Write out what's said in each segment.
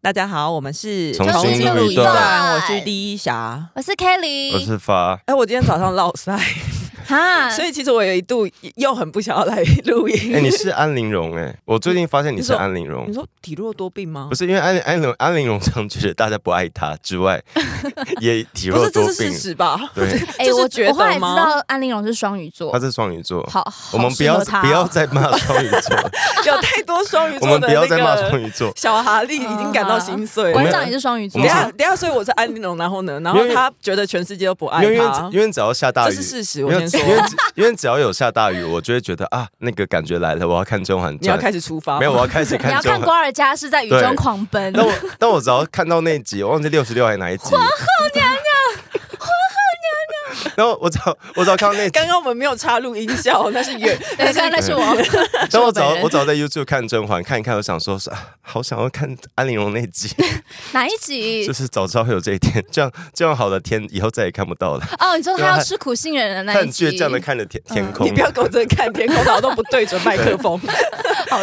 大家好，我们是重新重录一段我是第一侠。我是 Kelly，我是发，哎，我今天早上落 腮，哈，所以其实我有一度又很不想要来录音。哎、你是安陵容哎、我最近发现你是你说安陵容你，说体弱多病吗不？是因为安安陵安陵容常觉得大家不爱她 之外，也体弱是，这多是病事，实吧？对，哎、就是我觉得我后来知吗道安陵容是双鱼座她，是双鱼座，好，好我们不要适合她哦不要再骂双鱼座， 有太多双鱼 我座们的不要那再骂双个鱼座，小哈利 已经感到心碎我馆们了。长也是双鱼座啊等一我下，们，等一下，所以我是安陵容，然后呢，然后因为他觉得全世界都不爱因为因为他因，为只要下大这雨，是事实。因我为先只说因，为只因为只要有下大雨，我就会觉得啊，那个感觉来了，我要看《甄嬛你要传》，开始出发，没有，我要开始你 看要《甄看嬛》。瓜尔佳是在雨对中狂奔，但我但我只要看到那一集，我忘记六十六还是哪一集，皇后娘娘，皇后娘娘。然后我只要我只要看到那一集，刚刚我们没有插入音效，那是远， 对，刚刚那是我，但我本早人我早在 YouTube 看《甄嬛》，看一看，我想说是、啊好想要看安陵容那集， 哪一就集？是早知道会有这一天，这样这样好的天以后再也看不到了。哦，你说他要吃苦杏仁的他那啊很一集倔，强的看着天天 空，你不要给我真的看天空，脑都不对准麦克风。好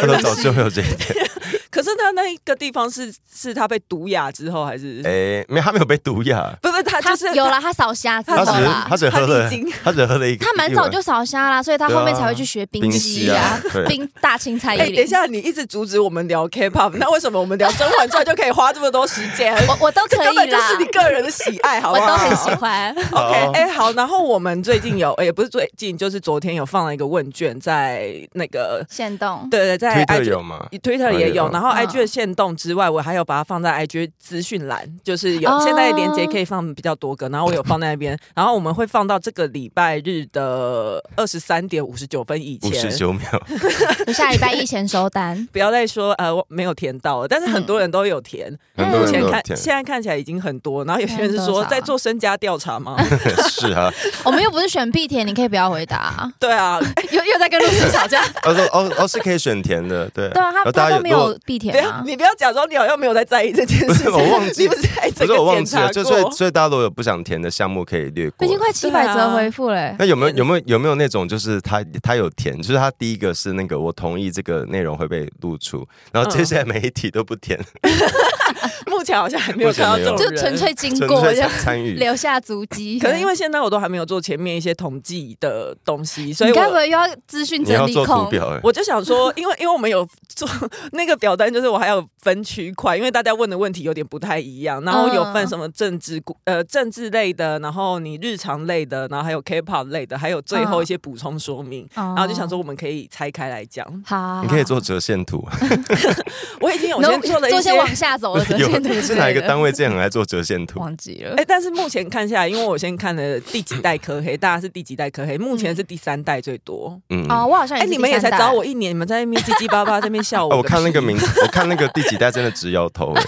他任说早性就会有这一天。可是他那一个地方是是他被毒哑之后还是？哎，没有，他没有被毒哑，不是他他就是有啦，他扫瞎子他了只是他啦，只是喝了他历经，他只是喝了一个，他蛮早就扫瞎啦，所以他后面才会去学冰对嬉啊啊冰嬉啊对，冰大青菜哎、一等一零。下，你一直阻止我们聊 K-pop，那为什么我们聊《甄嬛传》就可以花这么多时 间？我我都可根以本就啦是，你个人的喜爱，好我不好？都很喜欢。 好 OK，哎、好，然后我们最近有，哎也、不是最近，就是昨天有放了一个问卷在那个，现动，对对，在推特 IG 有吗？ Twitter 也有，嗯然后嗯 IG 的限动之外，我还有把它放在 IG 资讯栏，就是有、哦现在连接可以放比较多个，然后我有放在那边，然后我们会放到这个礼拜日的二十三点五十九分以五十前。。九秒，我下礼拜一前收单不要再说呃我没有填到了，但是很多人都有填，嗯很多目人前都看天现在看起来已经很多，然后有些人是多说少啊在做身家调查 吗？ 是啊。我们又不是选必填，你可以不要回答。 对啊，又又在跟露丝吵架。他说 哦哦是可以选甜的，对。 对啊，他然后他大家都有没如果有必不填要啊。你不要假装你好像没有在在意这件事情，不是 我忘记你不是在不这是个我忘检记了，查就所以过。所以大家如果有不想甜的项目可以略我过 已。经快七百对啊则回复了、欸。那有没有有没有有没有那种就是他他有填，就是他第一个是那个我同意这个内容会被露出，然后接嗯下来每一题都不填，目前好像还没有看到这种目就人，纯粹经纯过，粹就想参与。 留下足迹。可是因为现在我都还没有做前面一些统计的东西，所以 你该不我会又要资讯你要整理做图控？表哎、我就想说，因为 因为我们有做那个表单，就是我还有分区块，因为大家问的问题有点不太一样，然后有分什么政治股呃政治类的，然后你日常类的，然后还有 K-pop 类的，还有最哦后一些补充说明。然然后就想说，我们可以拆开来 讲。哦好好，好你可以做折线图，我已经有然先后做了做一一些些，往 下走的哦折线图之类的，是哪一个单位之前很爱做折线图？忘记了哎、。但是目前看下来，因为我先看了第几代科黑，大家是第几代科黑？目前是第三代最多。嗯，哦，哦，我好像哎、是你们也第三才代找我一年，你们在那边叽叽巴巴在那边笑我。哦我看那个名，我看那个第几代真的直摇头 哎、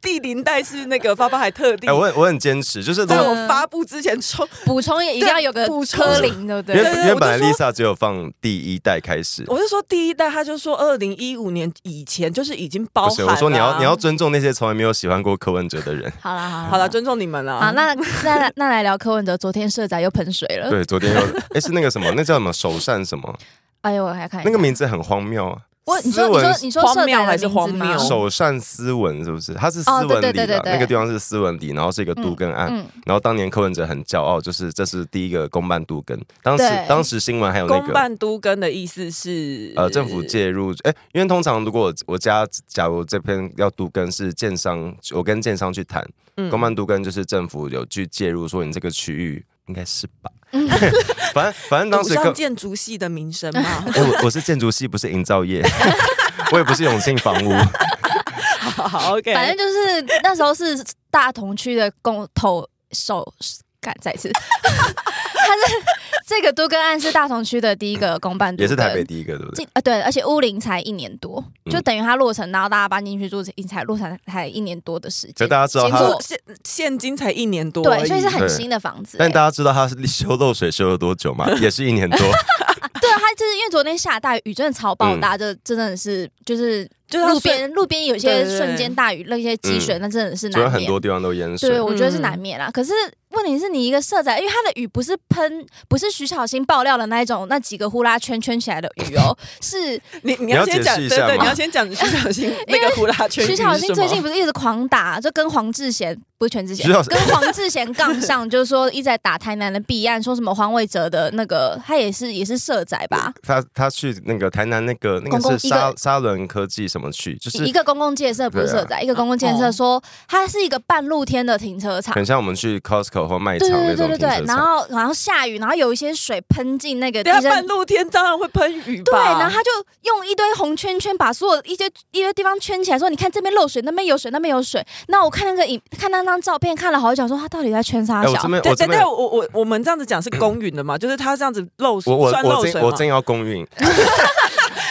第零代是那个发发还特地哎、我很我很坚持，就是如在果我发布之前抽，补充也一定要有个对补充科林，对不因为对？对对因为我就本来说 Lisa 只有放第一代开始， 我就说第一代，他就说二零一五年以前就是已经包不含是了啊。我说你要你要尊重那些从来没有喜欢过柯文哲的 人。好啦好啦好了，尊重你们了。啊，那那来那来聊柯文哲，昨天社宅又喷水了。对，昨天又哎、是那个什么，那叫什么首善什么，哎呦，我还看一下那个名字很荒谬啊。我你说斯你文说你说荒社谬宅还的是名字荒吗谬？首善斯文是不是？它是斯哦文里对对的对对对那个地方是斯文里，然后是一个都跟案。嗯，然后当年柯文哲很骄傲，就是这是第一个公办都跟。当时对当时新闻还有那公个办都跟的意思是呃政府介入，哎，因为通常如果我我家假如这边要都跟是建商，我跟建商去谈，嗯公办都跟就是政府有去介入，说你这个区域应该是吧嗯？反正反正当赌时柯上建筑系的名声 嘛。哎我我是建筑系，不是营造业， 我也不是永庆房屋。好好，OK，反正就是那 时候是大同区的公投手，敢再一次。这个都跟案是大同区的第一个公办都也是更，台北第一个，对不对？进啊，对，而且乌林才一年多，嗯就等于它落成，然后大家搬进去住，你才落成才一年多的时间。可大家知道它结做果现现金才一年多而已，对，所以是很对新的房子、但欸大家知道它是修漏水修了多久吗？也是一年多。对啊，它就是因为昨天下大雨，雨真的超嗯爆大，这、真的是就是就是它路瞬边路边有对些对对瞬间大雨，那些积水，嗯那真的是所以难很免多。地方都淹水对，。我觉得是嗯难免啦。可是问题是你一个社宅，因为它的雨不是喷，不是徐小新爆料的那一种，那几个呼啦圈圈起来的雨哦， 是你你你要先解讲，释对一下对，吗你要先讲徐小新那个呼啦圈。徐小新最近不不是一直狂打，就跟黄志贤不是全智贤徐小，跟黄志贤杠上，就是说一直在打台南的弊案，说什么黄伟哲的那个，他也是也是社宅吧，他他去那个台南那个那公共个是一个沙沙伦科技什么去，就是啊一个公共建设不是社宅，一个公共建哦设说它是一个半露天的停车场。很像我们去 Costco 或卖场对对那对种停对对，车然场。后然后下雨，然后有一些水喷进那个地等一下震啊半露天当然会喷雨对，吧？然后他就用一堆红圈圈把所有一些一堆地方圈起来，说你看这边漏水，那边有水，那边有水。那我看那个影，看那张照片，看了好久，说他到底在圈啥哎，我小这？ 边对我这对边对，我我我们这样子讲是公允的嘛？ 就是他这样子漏水我我算漏我水真我嘛？真要公 运，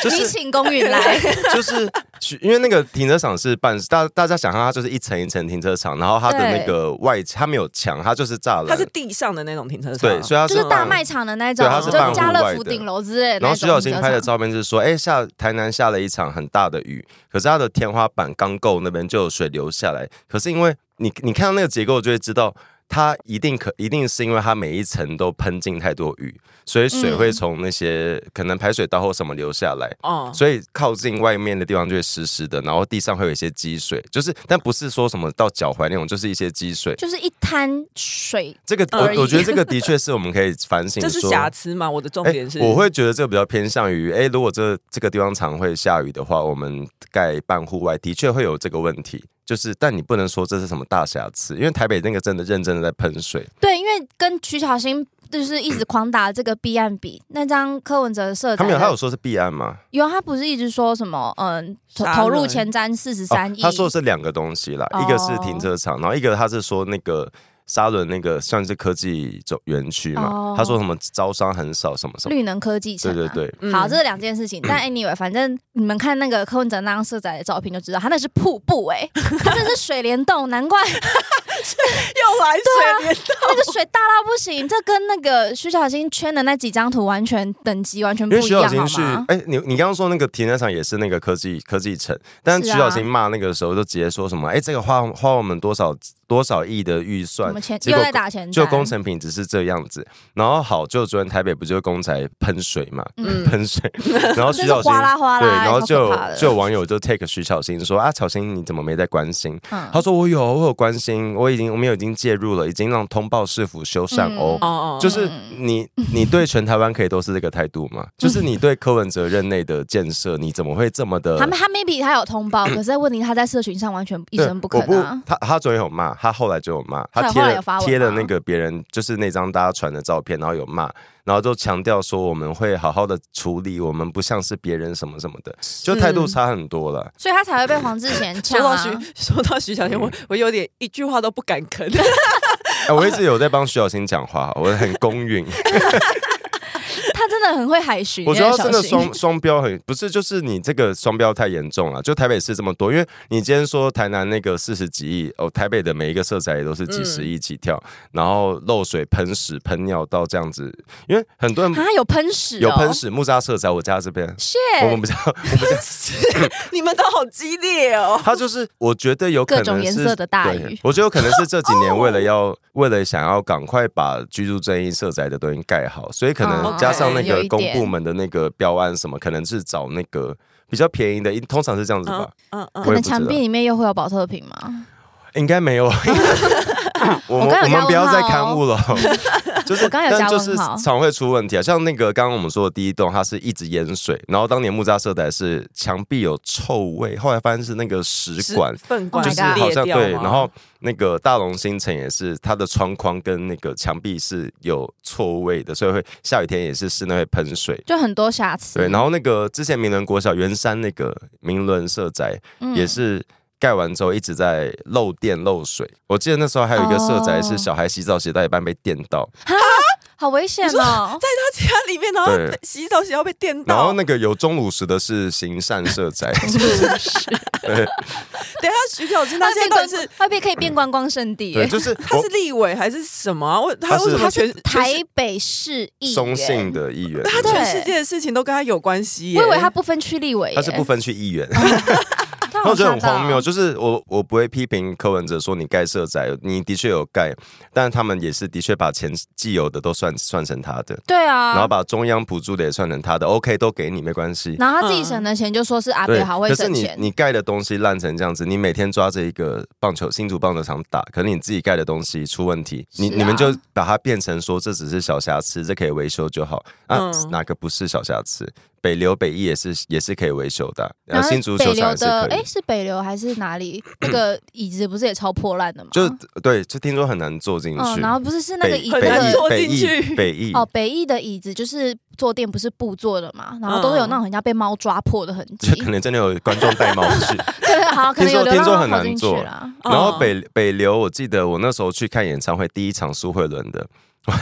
就你是请公允 来，就是去，因为那个停车场是半，大大家想象它就是一层一层停车场，然后它的对那个外它没有墙，它就是栅栏，它是地上的那种停车场，啊对，所以它就是大半卖场的那嗯种对它，是就半户家乐福外的顶楼之类的然那后徐小种新停车拍的场。照片是说，哎、下台南下了一场很大的雨，可是它的天花板钢构那边就有水流下来。可是因为你你看到那个结构，就会知道它一定可一定是因为它每一层都喷进太多雨，所以水嗯会从那些、可能排水道或什么流下来。哦，所以靠近外面的地方就会湿湿的，然后地上会有一些积水，就是但不是说什么到脚踝那种，就是一些积水。就是一滩水，这个而已我我觉得这个的确是我们可以反省这说，是瑕疵嘛？我的重哎，点是，我会觉得这个比较偏向于，哎、如果这这个地方常会下雨的话，我们盖半户外的确会有这个问题。就是，但你不能说这是什么大瑕疵，因为台北那个真的认真的在喷水，对，因为跟徐小新就是一直狂打这个弊案比，那张柯文哲的社他长没有，他有说是弊案吗？有他不是一直说什么嗯投杀投入人前瞻四十哦三亿，他说的是两个东西啦，哦一个是停车场，然后一个他是说那个沙伦那个算是科技总园区嘛，哦他说什么招商很少什么什么，绿能科技城、对啊，对对，嗯好，这是两件事情。 但 anyway，反正你们看那个柯文哲那张色仔的照片就知道，他那是瀑布 哎、他这是水帘洞，难怪 又来水 啊帘洞，那个水大到不行。这跟那个徐小新圈的那几张图完全等级完全因不为一徐小样，新好去吗，？哎、你你刚刚说那个停车场也是那个科技科技城，但是徐啊小新骂那个时候就直接说什么，哎、这个花花我们多少多少亿的预什算么，前结又果在打前瞻就工，程品只是这样子。然后好，就昨天台北不就公才喷水嘛，嗯，喷 水，然后真徐是小新哗啦哗啦，对，然后就超可怕有的就有网友就 take 徐小新说啊，小新你怎么没在关心？嗯他说我有我有关心，我已经我们有已经介入了，已经让通报市府修缮嗯嗯哦。哦哦，就是你，你对全台湾可以都是这个态度吗？就是你对柯文哲任内的建设，你怎么会这么的？他们他 maybe 他有通报，可是问题他在社群上完全一对声不我吭啊。他他昨天有骂，他后来就有骂，他他有贴后来有了发文贴了吗那个别人就是那张大家传的照片，然后有骂，然后就强调说我们会好好的处理，我们不像是别人什么什么的，就态度差很多了。所以他才会被黄志贤说呛到啊！徐 说到徐小新，我嗯我有点一句话都不敢 吭。 哎、我一直有在帮徐小新讲话，我很公允。他真的很会海巡耶，欸我觉得小真的新双双标很不是，就是你这个双标太严重了。就台北市这么多，因为你今天说台南那个四十几亿，哦，台北的每一个色彩也都是几十亿起跳，然后漏水、喷屎、喷尿到这样子，因为很多人啊有喷屎、哦，嗯有喷屎，木栅色彩，我家这边。 ，shit，我们不知道，你们都好激烈哦！他就是我觉得有可能各种颜是色的大雨对我觉得有可能是这几年为了要、 为了想要赶快把居住正义色彩的东西盖好，所以可哦能加上那有个一公点部门的那个标案什么，可能是找那个比较便宜的，一通常是这样子吧，嗯嗯，可我也能不知道墙壁里面又会有保特瓶吗？应该 没有。我我们刚有我加们不要问再号刊物 了，就是我刚有加但就是问号常会出问题啊，像那个刚刚我们说的第一栋，它是一直淹水，然后当年木栅社宅是墙壁有臭味，后来发现是那个是食管粪管就是把它好像裂掉吗对，然后那个大龙新城也是，它的窗框跟那个墙壁是有错位的，所以会下雨天也是室内会喷水。就很多瑕疵。对，然后、嗯后那个之前明伦国小圆山那个明伦社宅也是盖完之后一直在漏电漏水。我记得那时候还有一个社宅哦是小孩洗澡洗到一半被电到，哦好危险哦！在他家里面，然后对被洗澡洗到被电然到后，那个有钟乳石的是行善 社宅， 等一下徐巧芝，他它现在变到观底是它变可以变观光胜地对，耶，就是他是我立委还是什么啊？我他他是为什么它全是台北市议松员信，的议员，他对全世界的事情都跟他有关系耶？我以为他不分区立委耶，他是不分区议员。他我好啊哦觉得像很荒谬，就是我我不会批评柯文哲说你盖社宅，你的确有盖，但他们也是的确把前既有的都算算成他的，对啊，然后把中央补助的也算成他的，OK 都给你没关系。然后他自己省的钱就说是阿北啊好会嗯可是省你钱，你盖的东西烂成这样子，你每天抓着一个棒球新竹棒球场打，可是你自己盖的东西出问题，你、是啊你们就把它变成说这只是小瑕疵，这可以维修就好。啊，嗯哪个不是小瑕疵？北流北艺也是也是可以维修的啊，然然后后新竹北球场流也是的可以哎。是北流还是哪里那个椅子不是也超破烂的吗？就是对，就听说很难坐进去。啊嗯，然后不是是那个北椅很北难翼子坐北进翼去北翼哦，北翼的椅子就是坐垫不是布做的嘛，然后都嗯有那种人家被猫抓破的痕迹 就，可能真的有观众带猫 去。对，好，可能有听说流听说浪很猫跑难进去做啦。嗯然后北北流，我记得我那时候去看演唱会，第一场苏慧伦的。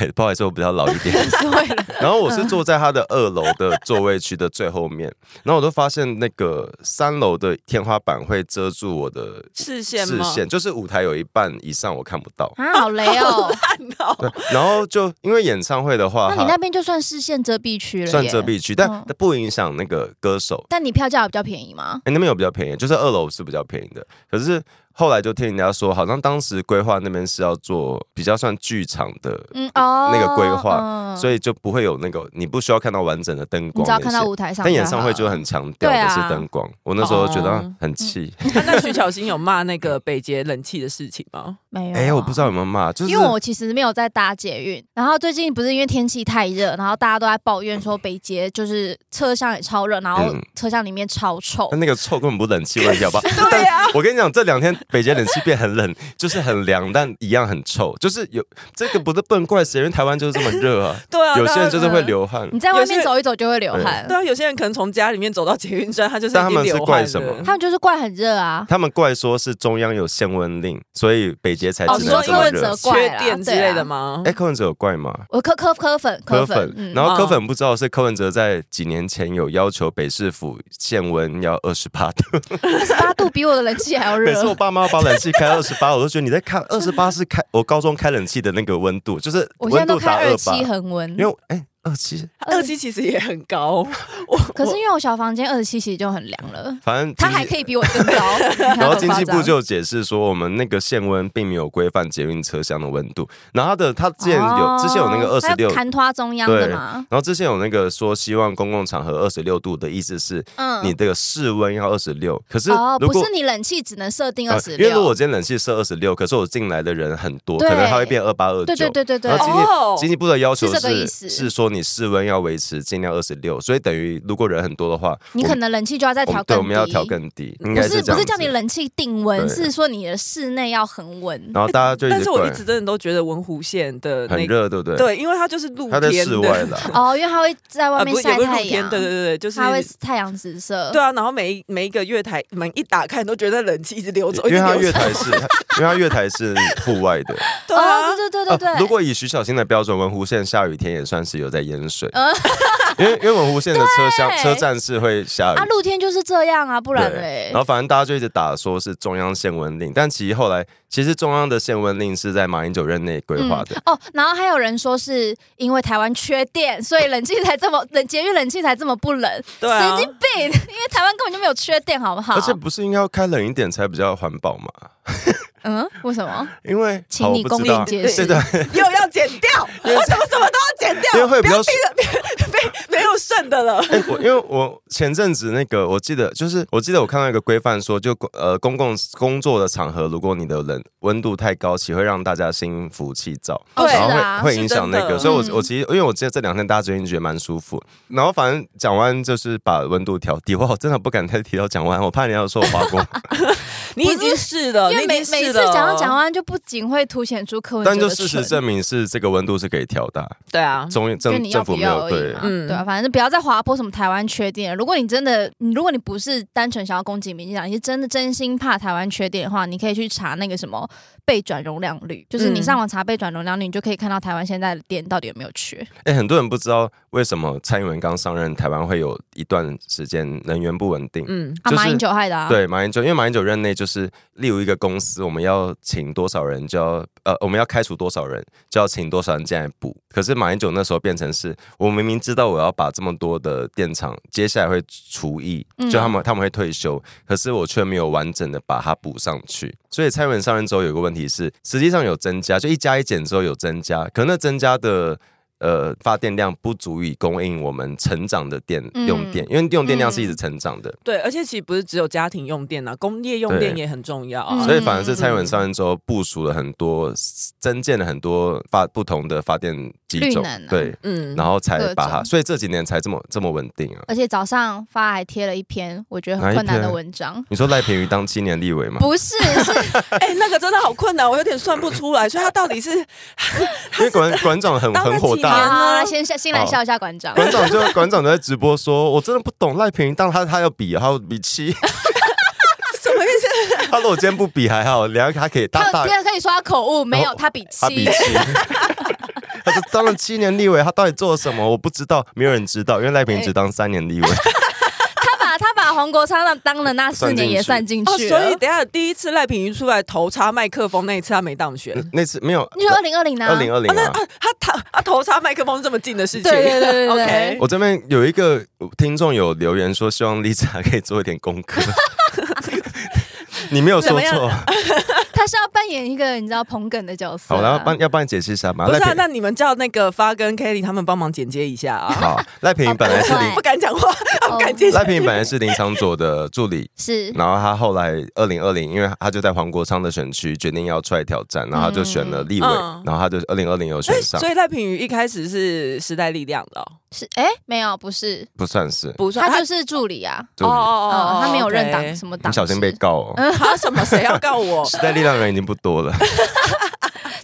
喂，不好意思，我比较老一点。 是为了。然后我是坐在他的二楼的座位区的最后面，然后我都发现那个三楼的天花板会遮住我的视线视吗？线，就是舞台有一半以上我看不到啊，好雷哦！看到对，然后就因为演唱会的话，那你它那边就算视线遮蔽区了，算遮。蔽区，但嗯不影响那个歌手。但你票价有比较便宜吗？哎、那边有比较便宜，就是二楼是比较便宜的。可是后来就听人家说，好像当时规划那边是要做比较算剧场的，嗯哦，那个规划嗯所以就不会有那个你不需要看到完整的灯你光只那要些。看到舞台上就好了，但演唱会就很强调对的啊嗯是灯光，我那时候觉得哦啊很气。那那徐巧芯有骂那个北捷冷气的事情吗？没有。哎、我不知道。有没有骂，就是因为我其实没有在搭捷运，然后最近不是因为天气太热，然后大家都在抱怨说北捷就是车厢也超热，然后嗯车厢里面超臭但。那个臭根本不冷气问题，好 不好？对啊呀、。我跟你讲，这两天北京冷气变很冷，就是很凉，但一样很臭。就是有这个不是不能怪谁，因为台湾就是这么热 啊对啊，有些人就是会嗯流汗，你在外有些面走一走就会流汗对，啊，有些人可能从家里面走到捷运站，他就是但他已经们是流怪汗什么了他。们就是怪很热啊。他们怪说是中央有限温令，所以北捷才哦，只你能说这柯么文热哲。缺怪啦电之对啊类的吗？哎，柯文哲有怪吗？我柯柯柯粉柯粉粉，，嗯然后柯粉不知道是柯文哲在几年前有要求北市府限温要二十八 度，二十八度比我的冷气还要每次热我。爸妈把冷气开二十八，我都觉得你在看二十八是开我高中开冷气的那个温度，就是我现在温都度打开二二八，七恒温因，为哎二七，二七其实也很高，我可是因为我小房间二十七其实就很凉了，反正它还经济可以比我更 高。然然后经济部就解释说，我们那个限温并没有规范捷运车厢的温度。然后它的它之前有、哦之前有那个二十六，然看拖中央的嘛，后之前有那个说希望公共场合二十六度的意思是嗯你这个室温要二十六，可是哦，如不果、是你冷气只能设定呃二十因为如果六我，今天冷气设二十六，可是我进来的人很多，对可能它会变二八二九。对对对对对然，后经今济、天哦经济部的要求是这个意是思是说你室温要维持尽量二十六，所以等于如果人很多的话，你我可们能冷气就要再我调们更对低，我们要调更低，应不该这是不样是子。叫你冷气定温，对是说你的室内要恒温。然后大家就一但直是我怪一直真的都觉得文湖线的很那个热，对不对？对，因为它就是露他天在的，室外了，哦，因为它会在 外啊，面不是也晒不是露太天，阳，对对对对，就是它会太阳直射。对啊，然后每一每一个月台门一打开，你都觉得冷气一直流走，因为他一直流月走 台是，因为他月台是户外的。对啊哦，，对对对对呃对。如果以徐小新的标准，文湖线下雨天也算是有在淹水嗯， 因为因为文湖线的车厢对车站是会下雨啊，。露天就是这样啊，不然对嘞，然后反正大家就一直打说是中央限温令，但其实后来其实中央的限温令是在马英九任内规划的，哦，然后还有人说是因为台湾缺电，所以冷气才这么 冷，节日冷气才这么不冷。对啊神经病！因为台湾根本就没有缺电，好不好？而且不是应该要开冷一点才比较环保嘛？嗯，为什么？因为请好你我不公知道平解释这段又要剪掉，我怎么什么都要剪掉，因为会比不要较逼的， 没没有剩的了。哎、我因为我前阵子那个，我记得就是我记得我看到一个规范说，就公呃公共工作的场合，如果你的冷温度太高，其实会让大家心浮气躁，哦对然后会、啊会影响那是个。真的所以我，嗯我其实因为我记得这两天大家最近觉得蛮舒服，然后反正 讲完就是把温度调低，哇，我真的不敢再提到讲完，我怕你要说我滑锅。 你已经试哦了，因你为已每经每试次了，讲到讲完就不仅会凸显出柯文哲但的就蠢，事实证明是这个温度是可以调的啊，对啊，中就政你要政府不没要有而已对嘛，嗯对啊，反正不要再滑坡什么台湾缺点了。如果你真的，你如果你不是单纯想要攻击民进党，你是真的真心怕台湾缺点的话，你可以去查那个什么被转容量率，就是你嗯上网查被转容量率，你就可以看到台湾现在的店到底有没有缺。哎、很多人不知道为什么蔡英文刚上任，台湾会有一段时间能源不稳定。嗯啊，就是马英九害的啊，对马英九，因为马英九任内就是，例如一个公司，我们要请多少人就要呃，我们要开除多少人就要请多少人进来补。可是马英九那时候变成是，我明明知道我要把这么多的电厂接下来会除役，嗯就他们他们会退休，可是我却没有完整的把它补上去。所以蔡英文上任之后有一个问题是，实际上有增加，就一加一减之后有增加，可那增加的。呃，发电量不足以供应我们成长的电嗯用电，因为用电量是一直嗯成长的。对，而且其实不是只有家庭用电啊，工业用电对也很重要嗯啊。所以反而是蔡英文上任之后部署了很多，增建了很多发不同的发电机绿种，能啊对，嗯，然后才把各它，种所以这几年才这么这么稳定 啊。而且早上发还贴了一篇我觉得哪很一困难篇的文章，你说赖品妤当七年立委嘛？不是 是哎、那个真的好困难，我有点算不出来，所以他到底是 因为馆馆长很当了很火几年好大，好，来先先来笑一下馆长。馆长就馆长就在直播说，我真的不懂赖品妤当他他要比，他要比七， 什么意思？他说我今天不比还好，然后他可以大他大第二可以说他口误，没有哦他比他比七，七。 他说当了七年立委，他到底做了什么？我不知道，没有人知道，因为赖品妤只当三年立委。 他把他把黄国昌当了那四算进年也去算进哦，去啊所了以。等一下第一次赖品妤出来头插麦克风那一次他没当选，哦那次没有，你说哦二零二零呢？二零二零嗯啊，他他他头插麦克风是这么近的事情，对对对对 OK， 我这边有一个听众有留言说，希望 Lisa 可以做一点 功课。你没有说怎么错，他是要扮演一个你知道捧哏的角色、啊。好，然后帮要帮你解释一下嘛。不是赖啊，品那你们叫那个发跟 Kelly 他们帮忙剪接一下啊。好，赖品妤本来是哦不会 林不敢讲话，不敢接赖品妤本来是林长佐的助理，是然后他后来二零二零，因为他就在黄国昌的选区决定要出来挑战，然后他就选了立委嗯，然后他就二零二零有选上所，以赖品妤一开始是时代力量的哦、是，哎、没有，不是，不算是不算他就是助理啊。助理，哦、哦他没有认党 OK 什么党你职。小心被 告哦。他什么谁要告 我？时代力量人已经不多了，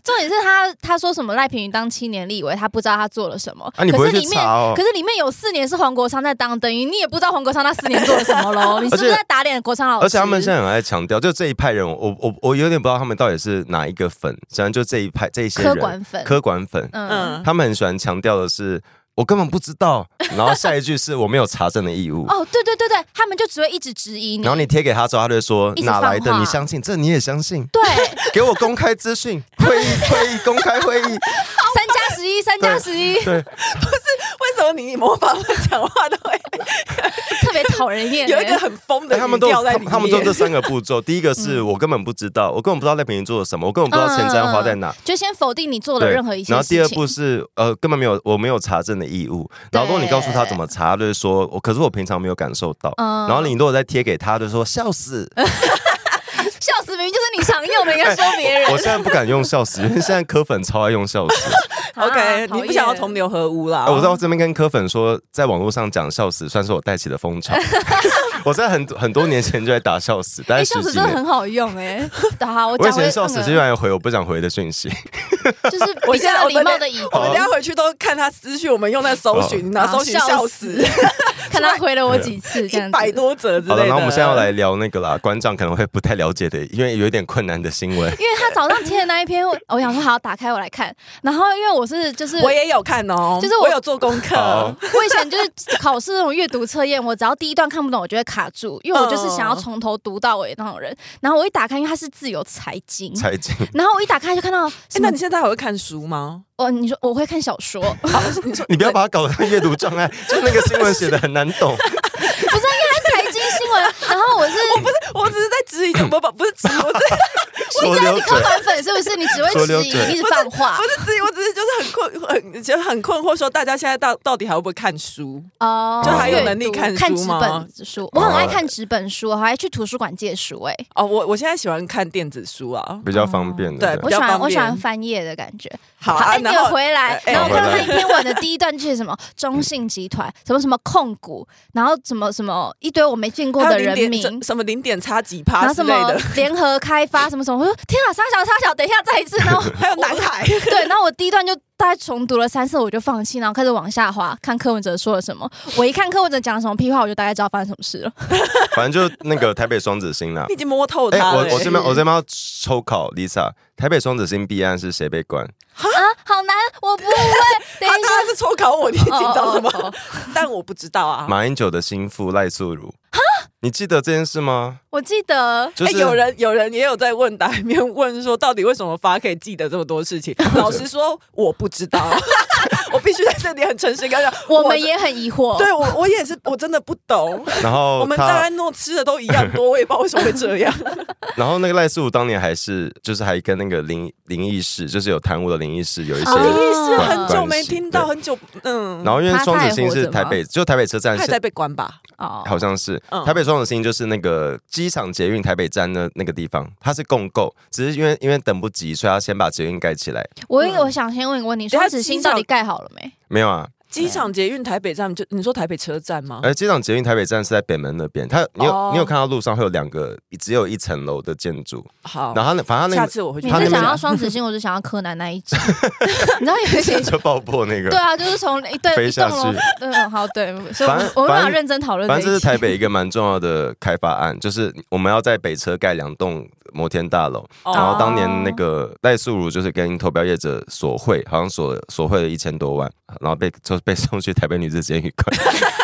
重点是他他说什么赖品妤当七年立委，他不知道他做了什么。啊，你不可会是去里面查哦可。是里面有四年是黄国昌在当，等于你也不知道黄国昌那四年做了什么喽。 你是不是而且在打脸国昌老师？而且他们现在很爱强调，就这一派人，我我我我有点不知道他们到底是哪一个粉，虽然就这一派这一些人科管粉，科管粉，嗯，他们很喜欢强调的是我根本不知道，然后下一句是我没有查证的义务。哦，对对对对，他们就只会一直质疑你。然后你贴给他之后，他就会说一直哪来的？放话你相信这你也相信？对给我公开资 讯，会议会议公开会议，三加十一，三加十一，对，为什么你模仿我讲话都会特别讨人厌 欸。有一个很疯的哎他们都语调有在他里面？他们 都这三个步骤。第一个是我根本不知道，我根本不知道赖品妤做了什么，我根本不知道钱嗯沾花在哪。就先否定你做了对，任何一些然后事情。第二步是呃，根本没有，我没有查证的义务。然后如果你告诉他怎么查，就是说我，可是我平常没有感受到。嗯然后你如果再贴给他，就说笑死， 笑死，明明就是你常用的，应该说别 人。我现在不敢用笑死，因为现在柯粉超爱用笑 啊死。 OK，讨你厌不想要同流合污啦？哎我到这边跟柯粉说，在网络上讲笑死，算是我带起的风 潮。我在很很多年前就在打笑死，大哎、概笑十死几真的年。很好用 哎、好，我我以讲回嗯前笑死是那用个来回我不想回的讯息，就是我比现在较我礼貌的以哦我们等一下回去都看他私讯，我们用在搜寻，然后搜寻笑死，看他回了我几次哦这样一子。百多则之好类的。了，然后我们现在要来聊那个啦，馆长可能会不太了解的，因为有一点困难的新 闻。因为他早上贴的那一篇，我我想说好打开我来看，然后因为我是就是我也有看哦，就是我我有做功课好。我以前就是考试那种阅读测验，我只要第一段看不懂，我就会卡住，因为我就是想要从头读到尾那种人。然后我一打开，因为它是自由财经，财经，然后我一打开就看到什哎，么那你现在还会看书吗？哦，你说我会看小说， 不是 你不要把它搞成阅读障 碍，就那个新闻写的很难懂。因为它财经新闻，然后我是我只是在质疑，不不不是质疑，我只说溜嘴你科，粉粉是不是？你只会说质溜疑，嘴一直放话不是质疑，我只是就是很困，很觉得很困惑，说大家现在到到底还会不会看书？哦。就还有能力阅读看看书纸吗本书，我很爱看纸本书，我还爱去图书馆借书。哎，哦，我我现在喜欢看电子书啊。 比较方便的。对我比较喜欢方便我喜欢翻页的感觉。好好，啊，哎，你然有后回来？哎然后我看到回那来一篇文的第一段就是什么中信集团，什么什么控股，然后什么什么一堆我没见过还的有零人点名什，什么零点差几趴，然后之什类么的，联合开发什么什么，我说天啊，沙小沙小，等一下再一次，然后还有南海， 对，然后我第一段就大概重读了三次，我就放弃，然后开始往下滑，看柯文哲说了什么。我一看柯文哲讲了什么屁话，我就大概知道发生什么事了。反正就那个台北双子星啦 你。已经摸透哎、他了、我我欸这边我这边要抽考 Lisa，台北双子星弊案是谁被关？啊，好难，我不会。 等他一当然是抽考我，你紧下，张什么？哦哦哦但我不知道啊。马英九的心腹赖素如，你记得这件事吗？我记得就是、哎有人有人也有在问答里面问说，到底为什么发可以记得这么多事情？老实说，我不知道， 我必须在这里很诚实跟他讲，我们也很疑惑。对我我也是，我真的不懂。然后 我们大哦他家弄吃的都一样多，我也不知道为什么会这 样。然后那个赖素当年还是就是还跟那个灵灵异事，就是有贪污的灵异事有一些。哦意思关很久没听到，关很久嗯，然后因为双子星是台北，就台北车站他也在是被关吧？哦好像是、嗯台北双子星就是那个机场捷运台北站的那个地方，它是共购，只是因为因为等不及，所以他先把捷运盖起来。我我想先问一个问题，双子星到底盖好了没？没有啊，机场捷运台北站，就你说台北车站吗？而机场捷运台北站是在北门那边，它你有、哦你有看到路上会有两个只有一层楼的建筑，好，然后它那反正哦它下那次我回去你他看那是一下。想要双子星，我就想要柯南那一集。 你知道有一 集个就爆破 那个 对。啊，就是从一对飞一下栋去楼，嗯，好， 对，所以我反们正我们没办反法正认真讨论。反正这是台，北一个蛮重要的开发案，就是我们要在北车盖两栋摩天大楼，哦然后当年那个赖素如就是跟投标业者索贿，好像索索贿了一千多万，然后被就被送去台北女子监狱关，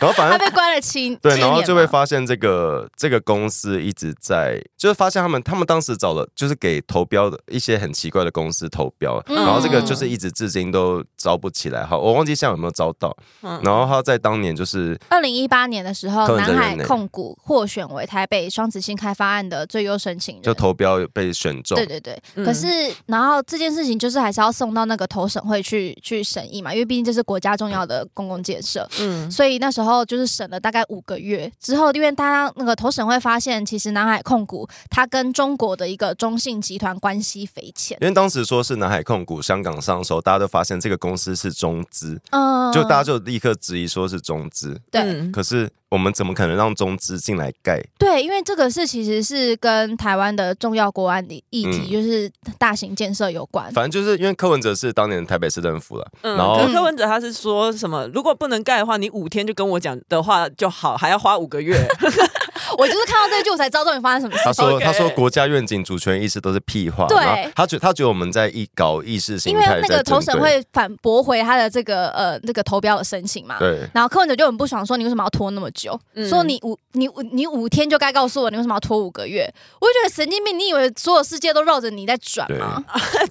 然后反他正。被关了七对，七然后年就会嘛发现这个这个公司一直在，就是发现他们他们当时找了就是给投标的一些很奇怪的公司投标，嗯然后这个就是一直至今都招不起来，好，我忘记现在有没有招到，嗯然后他在当年就是二零一八年的时候柯，文哲南海人呢控股获选为台北双子星开发案的最优申请人。就投标被选中对，对对，嗯可是然后这件事情就是还是要送到那个投审会去去审议嘛，因为毕竟这是国家重要的公共建设，嗯，所以那时候就是审了大概五个月之后，因为大家那个投审会发现，其实南海控股它跟中国的一个中信集团关系匪浅，因为当时说是南海控股香港上市，大家都发现这个公司是中资，嗯，就大家就立刻质疑说是中资。对嗯可是我们怎么可能让中资进来盖？对，因为这个事其实是跟台湾的重要国安的议嗯题，就是大型建设有关。反正就是因为柯文哲是当年台北市政府了，嗯，然后可是柯文哲他是说什么？如果不能盖的话，你五天就跟我讲的话就好，还要花五个 月。 我就是看到这一句，我才知道到底发生什么事。他说 OK 他说国家愿景、主权意识都是屁话。对然后他觉他觉得我们在意搞意识形因为态，那在个投针审对。会反驳回他的这个呃那个投标的申请嘛。对，然后柯文哲就很不爽，说你为什么要拖那么久？嗯说你五你五你五天就该告诉我，你为什么要拖五个月？我就觉得神经病，你以为所有世界都绕着你在转吗？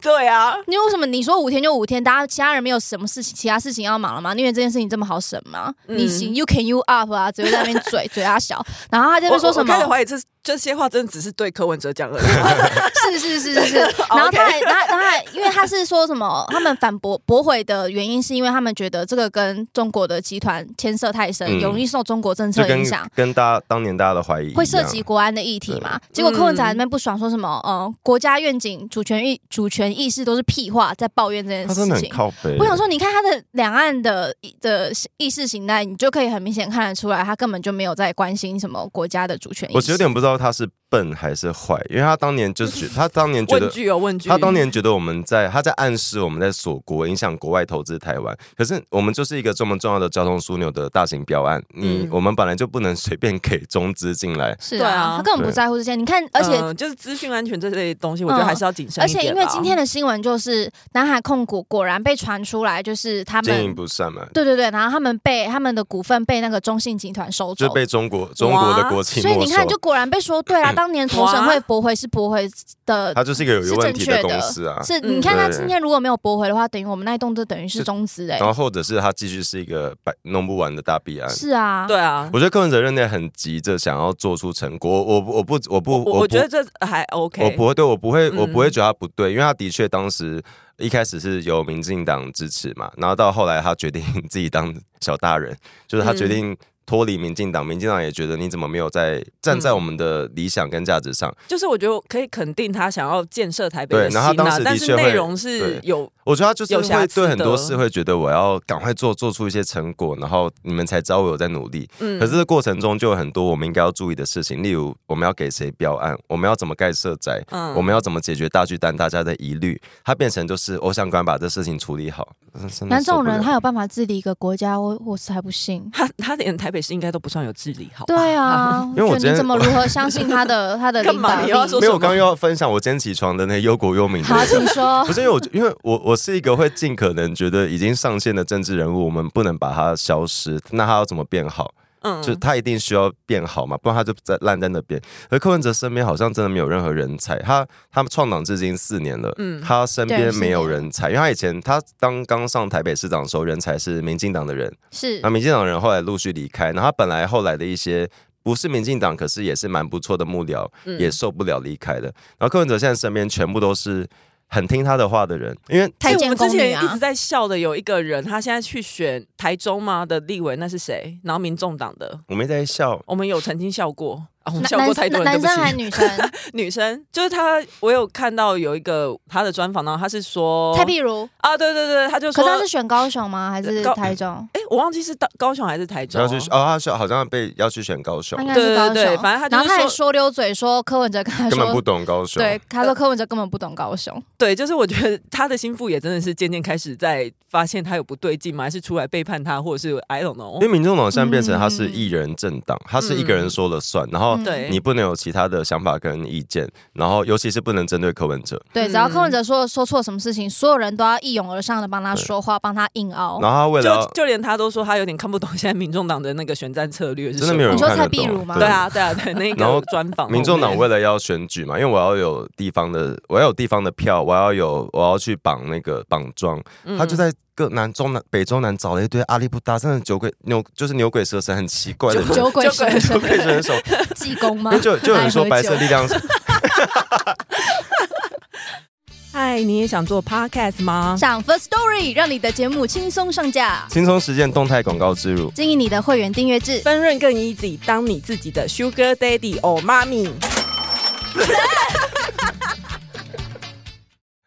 对啊，你为什么你说五天就五天，大家其他人没有什么事情，其他事情要忙了吗？你以为这件事情这么好审吗？嗯你行 you can you up 啊，只会在那边嘴嘴啊小，然后他就我会说什我开始么？怀疑这这些话真的只是对柯文哲讲而 已。是是 是是是，哦然后他还，然后他还，因为他是说什么？他们反驳驳回的原因是因为他们觉得这个跟中国的集团牵涉太深，嗯容易受中国政就策跟影响。跟大家当年大家的怀疑一样会涉及国安的议题嘛？结果柯文哲在那边不爽，说什么呃国家愿景、主权意主权意识都是屁话，在抱怨这件他真的事很情。靠欸北。我想说，你看他的两岸的的意识形态，你就可以很明显看得出来，他根本就没有在关心什么国家的主权意识。我其实有点不知道他是笨还是坏，因为他当年就是 觉他当年觉问得句哦，问句。他当年觉得我们在他在暗示我们在锁国，影响国外投资台湾。可是我们就是一个这么重要的交通枢纽的大型标案，你、嗯我们本来就不能随便给中资进来。是对啊啊，他根本不在乎这些。你看，而且嗯嗯就是资讯安全这类东西，我觉得还是要谨慎而一点且，啦。因为今天的新闻就是南海控股果然被传出来，就是他经营们不善嘛，对对对，然后他们被他们的股份被那个中信集团收就走，被中国中国的哇国企所以没你看，就收。果然被说 对啊。当年投审会驳回是驳回的，它就是一个有是问正题确的的公司啊，是嗯你看他对今天如果没有驳回的话，等于我们那一栋就等于是是中资哎然，后或者是它继续是一个百弄不完的大弊案。是啊，对啊，我觉得柯文哲任内很急着想要做出成果，我我我不我不我不我觉得这还 OK。我不会，对我不会，我不会嗯觉得他不对，因为他的确当时一开始是由 嗯民进党支持嘛，然后到后来他决定自己当小大人，就是他决定脱离民进党，民进党也觉得你怎么没有在站嗯在我们的理想跟价值上？就是我觉得我可以肯定他想要建设台北对的心然后他当啊时，的但确是会内容是有我觉得他就是有瑕会疵对很多的事会觉得我要赶快做做出一些成果，然后你们才知道我有在努力。嗯可是这过程中就有很多我们应该要注意的事情，例如我们要给谁标案，我们要怎么盖社宅，嗯我们要怎么解决大巨蛋大家的疑虑，它变成就是我想赶快把这事情处理好。嗯真的那这受种不了人他有办法治理一个国家，我我才不信。他他连台北市应该都不算有治理好吧。对啊，因为我就今天你怎么如何相信 他的他的干领嘛导你力又？要说没有，我刚刚又要分享我今天起床的那忧国忧民的好，事。请说不。是因为我，因为我我是一个会尽可能觉得已经上线的政治人物，我们不能把它消失。那它要怎么变好？嗯，就他一定需要变好嘛，不然他就在烂在那边。而柯文哲身边好像真的没有任何人才，他他们创党至今四年了，嗯他身边对没有人才，因为他以前他当刚上台北市长的时候，人才是民进党的人，是 那民进党的人后来陆续离开，然后他本来后来的一些。不是民进党，可是也是蛮不错的幕僚，嗯也受不了离开的。然后柯文哲现在身边全部都是很听他的话的人，因为太我监们之宫女前一啊直，在笑的有一个人，他现在去选台中吗的立委，那是谁？然后民众党的，我没在笑，我们有曾经笑过啊，我们男笑过太多男人，对男不生还是起。女 生？女生就是她，我有看到有一个她的专访，然后她是说蔡碧如，啊，对对对，她就可说是他是选高雄吗？还是高台中？哎，我忘记是到高雄还是台中然后，去哦，他说好像被要去选高雄他应，该是高雄。对对对反正他就然后是他还说说溜嘴，说柯文哲跟他根本不呃说，懂高雄。对，他说柯文哲根本不懂高雄。对，就是我觉得 她的心腹也真的是渐渐开始在发现她有不对劲嘛，还是出来背叛她，或者是 I don't 因为 know，民众党现在变成他是一人政党，他是一个人说了算，然后嗯对，你不能有其他的想法跟意见，然后尤其是不能针对柯文哲，对，只要柯文嗯哲说说错什么事情，所有人都要一拥而上的帮他对说话，帮他硬凹。然后他为就了就连她都说她有点看不懂现在民众党的那个选战策略是什么，真的没有人你说看蔡得壁如懂吗，对啊，对啊，对那然后个专访后面，民众党为了要选举嘛，因为我要有地方的，我要有地方的票，我要有，我要去绑那个绑桩，嗯他就在各南中南北中南找了一堆阿里不搭，真的酒鬼牛就是牛鬼蛇神，很奇怪的人， 酒鬼酒鬼神 酒鬼选手，济公吗因为？ 就就有人说爱喝白色酒力量嗨，你也想做 podcast 吗？上 First Story 让你的节目轻松上架，轻松实践动态广告植入。 经营你的会员订 阅制。分润更 easy，当你自己的 sugar daddy or mommy。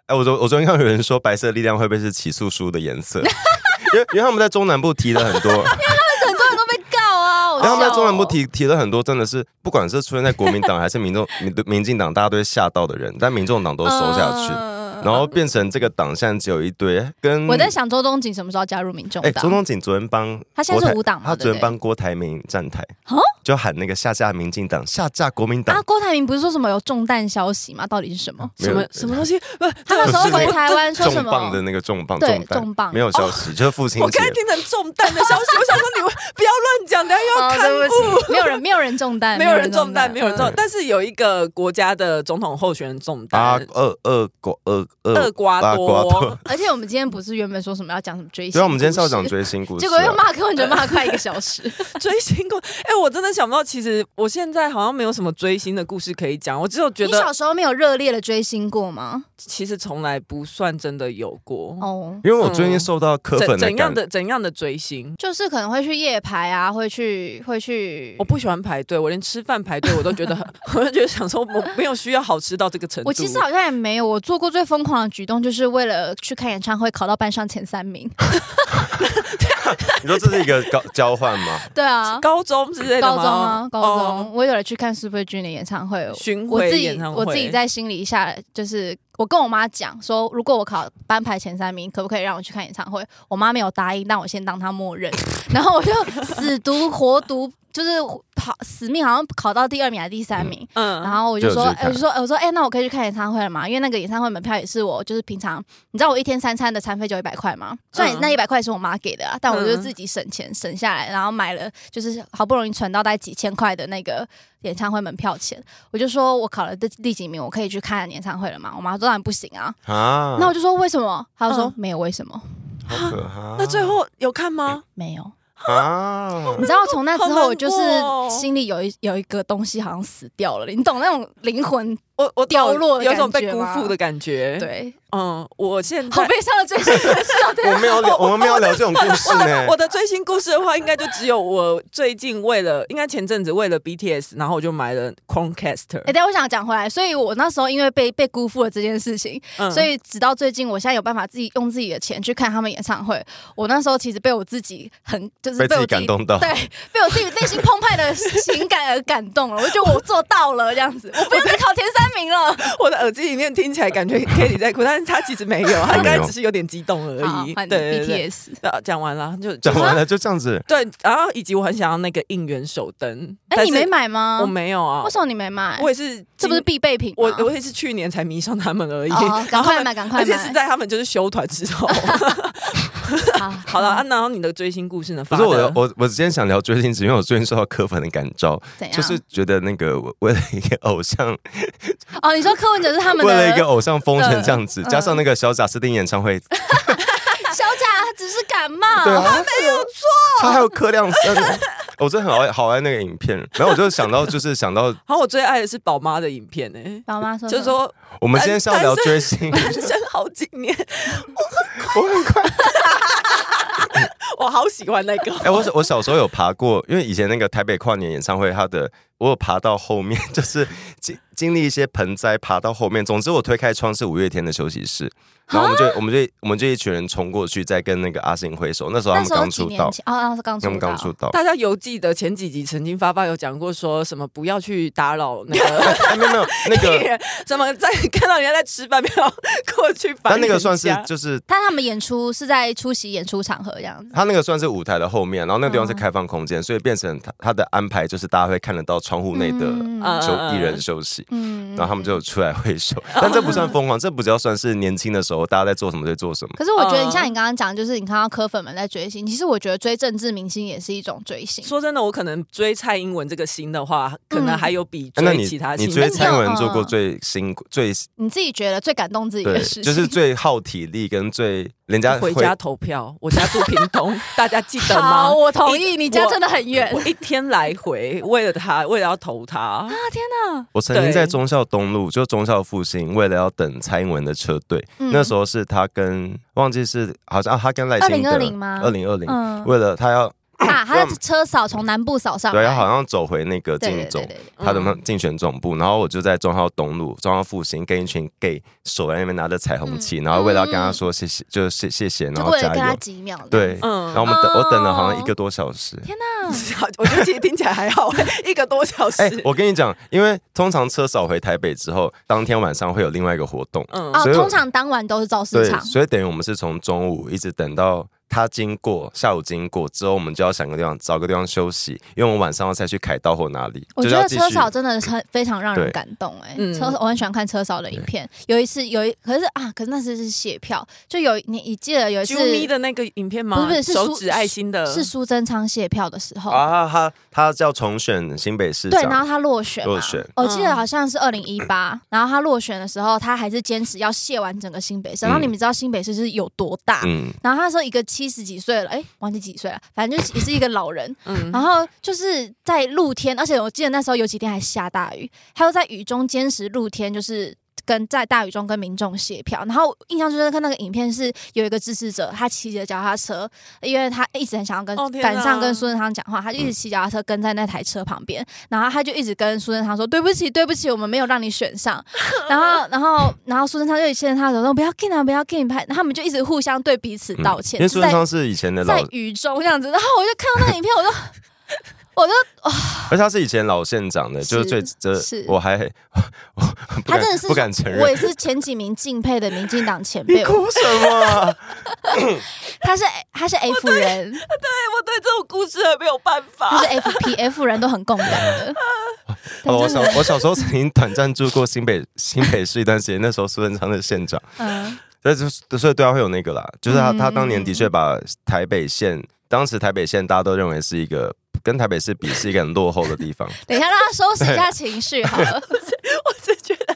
哎，我昨我昨天看到有人说白色力量会不会是起诉书的颜色？ 因为因为他们在中南部提了很多，很多人都被告啊！我然后他们在中南部不提提了很多，真的是不管是出现在国民党还是民众民民进党，大家都会吓到的人，但民众党都收下去，嗯然后变成这个党现在只有一堆跟我在想周东锦什么时候加入民众哎，党？周东锦昨天帮他现在是郭台无党嘛他对不昨天对帮郭台铭站台啊，就喊那个下架民进党，下架国民啊，党，郭台铭不是说什么有重担消息吗？到底是什么？没什有么什么东 西？呃不，他那时候回台湾说什重么？磅的那个重磅，对担重磅哦没有消息，就是父亲我节刚才听成重担的消息，我想说 你们不要乱讲，等下又要哦，看对不起，没有人，没有人中弹，没有人中弹，没有人中嗯弹，但是有一个国家的总统候选人中啊弹，，二二国二厄二瓜厄瓜多多。而且我们今天不是原本说什么要讲什么追星故事？ 对啊，我们今天是要讲追星故事结啊、果又骂柯文哲骂快一个小时， 追星故，哎、我真的想不到，其实我现在好像没有什么追星的故事可以讲，我只有觉 你小得时候没有热烈的追星过吗？其实从来不算真的有过。哦，因为我最近受到柯怎粉的怎感样，的怎样的追星？就是可能会去夜排啊，会去会去我。不喜欢排队，我连吃饭排队我都觉得很， 我就觉得想说我没有需要好吃到这个程度。我其实好像也没有，我做过最疯狂的举动，就是为了去看演唱会，考到班上前三名。你说这是一个交交换吗？对 啊，高中之类的高吗中啊，高中，哦我有了去看 Super Junior 的演唱会，巡我回自己演唱会我自己在心里下，就是我跟我妈讲说，如果我考班排前三名，可不可以让我去看演唱会？我妈没有答应，但我先当她默认， 然后我就死读活读，就是跑死命，好像考到第二名还是第三名。嗯然后我就就说，有去哎看我就说，哎我说，哎、那我可以去看演唱会了嘛？因为那个演唱会门票也是我，就是平常你知道我一天三餐的餐费就一百块嘛，虽然嗯那一百块是我妈给的啊，但我就嗯自己省钱省下来，然后买了，就是好不容易存到大概几千块的那个演唱会门票钱，我就说我考了第第几名，我可以去看演唱会了嘛？我妈说当然不行啊，啊，那我就啊说为什么？她就说、嗯没有为什么，好可怕。那最后有看吗？没有。啊你，知道从那之好难后，我就是过哦心里有一有一个东西好像死掉了，你懂那种灵魂我我懂掉落的有种被感觉辜吗负的感觉。，对，嗯，我现在好悲伤的最新 故事哦，对我们没有聊，我们没有聊这种故事 呢我。的最新故事的话，应该就只有我最近为了，应该前阵子为了 BTS，然后我就买了 Chromecaster，、哎、但我想讲回来，所以我那时候因为被被辜负了这件事情，嗯所以直到最近，我现在有办法自己用自己的钱去看他们演唱会。我那时候其实被我自己很就是被自我己感动到，对，被我自己内心澎湃的情感而感动了。我就觉得我做到了这样子，我不用再考前三名了。 我的耳机里面听起来感觉 Kitty 在哭，但是他其实没有，他应该只是有点激动好而已。，换对对你对， BTS。啊讲完了就讲完了。了就这样子。对，然后以及我很想要那个应援手灯，哎、但你是没买吗？我没有啊，为什么你没买？我也是今，这不是必备品吗？我我也是去年才迷上他们而已。哦赶快买，赶 快而且买！是在他们就是休团之后， 好，好了，啊，然后你的追星故事呢？不是我的发，的我我今天想聊追星，只因为我最近受到柯粉的感召，怎样？就是觉得那个我为了一个偶像，哦，你说柯文哲是他们为的了一个偶像疯成这样子，嗯加上那个小贾斯汀演唱会，小贾只是感冒，对啊，没有错，他还有柯亮森，我真的很好爱好爱那个影片。然后我就想到，就是想到然后我最爱的是宝妈的影片呢、欸宝妈说什么，就是说我们今天是要聊 追星，单身好几年， 我很快。我好喜欢那个。 哎，我小我小时候有爬过，因为以前那个台北跨年演唱会，它的我有爬到后面， 就是经经历一些盆栽，爬到后面。总之，我推开窗是五月天的休息室，然后我们就我们就我们就一群人冲过去，在跟那个阿信挥手。那时候他那们时候刚几出年道，前，哦，那时候刚出他道，们刚出道。 大家有记得前几集曾经发发有讲过说什么不要去打扰那 个哎，没有没有，那艺个人， 什么在看到人家在吃饭不要过去烦但人家。那个算是就是但他们演出是在出席演出场合这样子。它那个算是舞台的后面，然后那个地方是嗯开放空间，所以变成它它的安排就是大家会看得到窗户内的嗯休嗯艺人休息。嗯然后他们就出来挥手， 但这不算疯狂，这比较算是年轻的时候大家在做什么就做 什么。可是我觉得，嗯你像你刚刚讲，就是你看到柯粉们在追星，其实我觉得追政治明星也是一种追星。说真的，我可能追蔡英文这个星的话，可能还有比哎那追你其他你星追蔡英文嗯做过最辛苦、最你自己觉得最感动自己对的事，情，就是最耗体力跟最人家回家投票。我家住屏东，大家记得吗好，？我同意，一你家真的很远我一天来回，为了他，为了要投他，啊！天 哪，我曾经对在忠孝东路，就忠孝复兴，为了要等蔡英文的车队，嗯那时候是他跟忘记是好像、啊、他跟赖清德2020吗二零二零，嗯，为了他要啊，他的车扫从南部扫上来，对，他好像走回那个对竞对总对，对他的嗯竞选总部，然后我就在中号东路、中号复兴跟一群 gay 守在那边拿着彩虹旗，然后为了要跟他说谢谢，就是谢谢谢，嗯对就然后为了加跟他油。几秒，对，嗯然后我们等哦我等了好像一个多小时。天哪， 我觉得其实听起来还好， 一个多小时哎，。我跟你讲，因为通常车扫回台北之后，当天晚上会有另外一个活动，嗯哦，所以我通常当晚都是造市对场，，所以等于我们是从中午一直等到他经过，下午经过之后，我们就要想个地方找个地方休息，因为我们晚上要再去凯道或哪里，我就觉是要得继车续。少真的是 很非常让人对感动哎、嗯车我很喜欢看车少的影片。有一次有一可是啊，可是那次是写票，就有你你记得有一次啾咪的那个影片吗？不是不是是手苏指爱心的，是苏贞昌卸票的时候，啊，他他叫重选新北市哦对，长，然后他落选嘛，啊落选我记嗯得好像是二零一八，然后他落选的时候，他还是坚持要卸完整个新北市。然后嗯你们知道新北市是有多大？嗯，然后他说一个七十几岁了，哎，忘记几岁了，反正就是也是一个老人。嗯然后就是在露天，而且我记得那时候有几天还下大雨，他又在雨中坚持露天，就是。跟在大雨中跟民众协票，然后印象最深刻那个影片是有一个支持者，他骑着脚踏车，因为他一直很想要跟、哦天哪赶上跟苏贞昌讲话，他就一直骑脚踏车跟在那台车旁边，然后他就一直跟苏贞昌说对不起对不起，我们没有让你选上， 然后然后然后苏贞昌就牵着他的手说不要 k 啊不要 k 拍，他们就一直互相对彼此道歉，嗯因为是苏在贞昌是以前的老在，雨中这样子，然后我就看到那影片，我就我就而且他是以前老县长的，就是是最这是我还 我不他敢真的是不敢承我认也。是前几名敬佩的民进党 前你辈，哭什么 啊？他是他是 F 人，哎我对这种故事还没有办他法是。FP F 人都很共感的，哦，我但小真的我小时候曾经短暂住过新北 新北市一段时间，那时候苏贞昌是县长，嗯所以就是所以对他会有那个啦，就是他嗯他当年的确把台北县，当时台北县大家都认为是一个跟台北市比是一个很落后的地方， 等一下让他收拾一下情绪好了， 我只觉得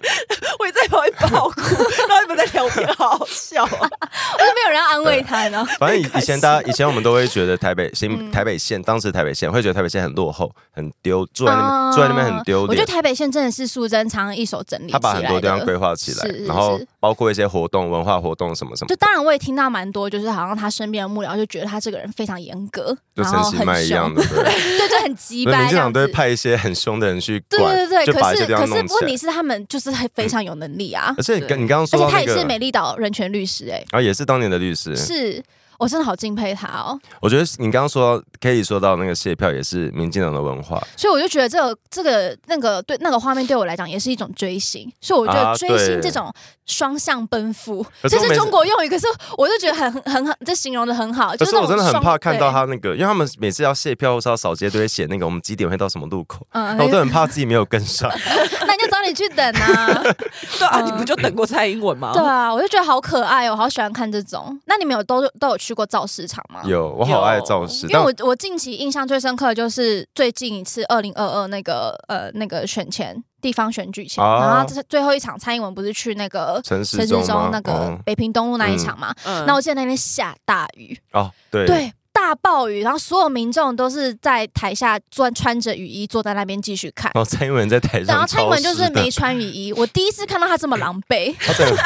我也在旁边爆 哭，然后你们在聊天，好好笑啊！我就没有人要安慰他呢。反正以以前太大开家以前我们都会觉得台北新啊嗯台北县，当时台北县会觉得台北县很落后，很丢，住在那边住在那边很丢哦我觉脸得。台北县真的是苏贞昌一手整理起他来的，把很多地方规划起来是是，然后是包括一些活动、文化活动什么什么就。当然我也听到蛮多，就是好像他身边的幕僚就觉得他这个人非常严格，就然陈后其迈哦很一样凶，的，对不 对，对，就很鸡所以掰民这进党样都子会。派一些很凶的人去对管，对对就对，把可一些是地可方是弄问起题来。是他们就是很非常有能力啊，而且你跟你刚刚而说且到他那也是个，美丽岛人权律师哎、然后也是当年的律师，是我真的好敬佩他哦，我觉得你刚刚说到可以说到那个卸票也是民进党的文化，所以我就觉得这个这个那个对那个画面对我来讲也是一种追星，所以我觉得啊追对星这种双向奔赴，可是这我是每次中国用语，可是我就觉得很很很很，这形容的很好，就可是是我那种真的很双怕看到。对他那个，因为他们每次要卸票或是要扫街，都会写那个我们几点会到什么路口，嗯，然后我都很怕自己没有跟 上。那你就早点去等 啊！对啊，嗯你不就等过蔡英文吗？对啊，我就觉得好可爱哦，好喜欢看这种。那你们有都都有去过造市场吗？有，我好爱造势，因为但我我近期印象最深刻的就是最近一次二零二二那个呃那个选前地方选举前，哦然后这是最后一场蔡英文不是去那个陈陈市市中中吗？那个哦北平东路那一场嘛，嗯那我记得那天下大雨，哦，对对。大暴雨，然后所有民众都是在台下穿穿着雨衣坐在那边继续看，然后蔡英文在台上，然后蔡英文就是没，穿雨衣，我第一次看到他这么狼狈，他 整个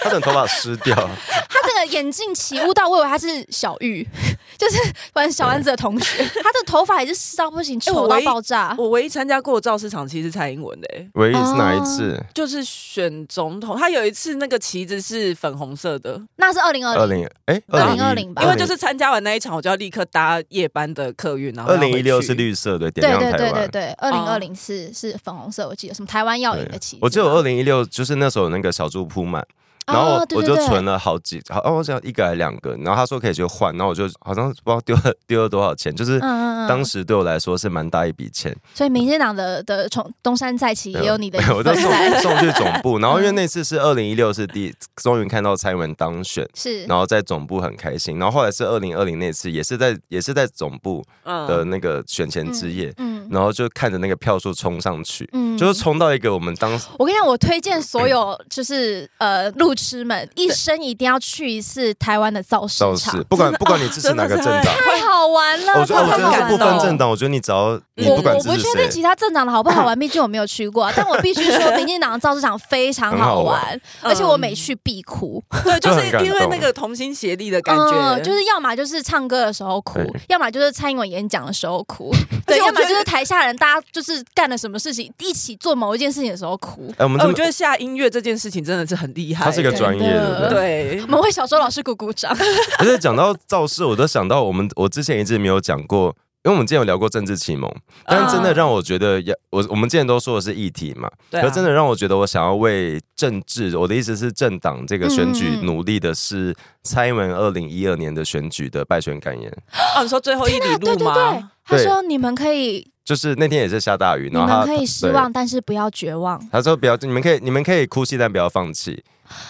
他整个头发湿掉，他这个眼镜起雾到，我以为他是小玉， 就是玩小丸子的同 学，他的头发也是湿到不行，哎我丑到唯一爆炸。我唯一参加过的造市场其实是蔡英文的、欸唯一是哪哦一次？就是选总统，他有一次那个旗子是粉红色的，那是二零二二零，零哎， 2020吧因为就是参加完那一场，我就要立刻搭夜班的客运，然后二要回零一六是去绿色的，点对亮对台对对湾。对，二零二零是是粉红色，我记得什么台湾耀眼的旗子嘛。我记得我二零一六就是那时候有那个小猪铺满，然后我哦对我对就对存了好几，好哦，我想一个还两个，然后他说可以去换，然后我就好像不知道丢了丢了多少钱，就是嗯嗯嗯，当时对我来说是蛮大一笔钱，所以民进党的的从东山再起也有你的一 我份就送在，送去总部，然后因嗯为那次是二零一六是第一终于看到蔡英文当选， 是然后在总部很开心，然后后来是二零二零那次也是在也是在总部的嗯，那个选前之夜，嗯然后就看着那个票数冲上去，嗯就是冲到一个我们当时我跟你讲，我推荐所有就是呃路痴们一生一定要去一次台湾的造市造势场，，不管不管你支持真的哪个是哎政党。太好玩了，我觉得，我太觉好得玩不分哦了。政党，我觉得你只要嗯你我不管我支不持确定其谁，他政党的 好不好玩，毕竟我没有去过啊。但我必须说，民进党的造市场非常好很好玩，而且我每去必哭。对，就 就是很感因为动那个同心协力的感觉，嗯，就是要么就是唱歌的时候哭对，要么就是蔡英文演讲的时候 哭，而对，且我要么觉得就是台下人大家就是干了什么事情，一起做某一件事情的时候 哭。哎，我们哎这我么觉得下音乐这件事情真的是很厉害、他是一个专业真的的，对我，们为小周老师鼓鼓掌。而且讲到造势，我都想到我们我之前一直没有讲过，因为我们之前有聊过政治启蒙，但嗯真的让我觉得要我我们之前都说的是议题嘛，嗯对、可啊，真的让我觉得我想要为政治，我的意思是政党这个选举嗯嗯嗯努力的是蔡英文二零一二年的选举的败选感言，哦，你说最后一里对路对吗？对，他对说你们可以，就是那天也是下大雨，你然后们他可以失对望，但是不要绝望。他说不要，你们可以你们可以哭泣，但不要放弃。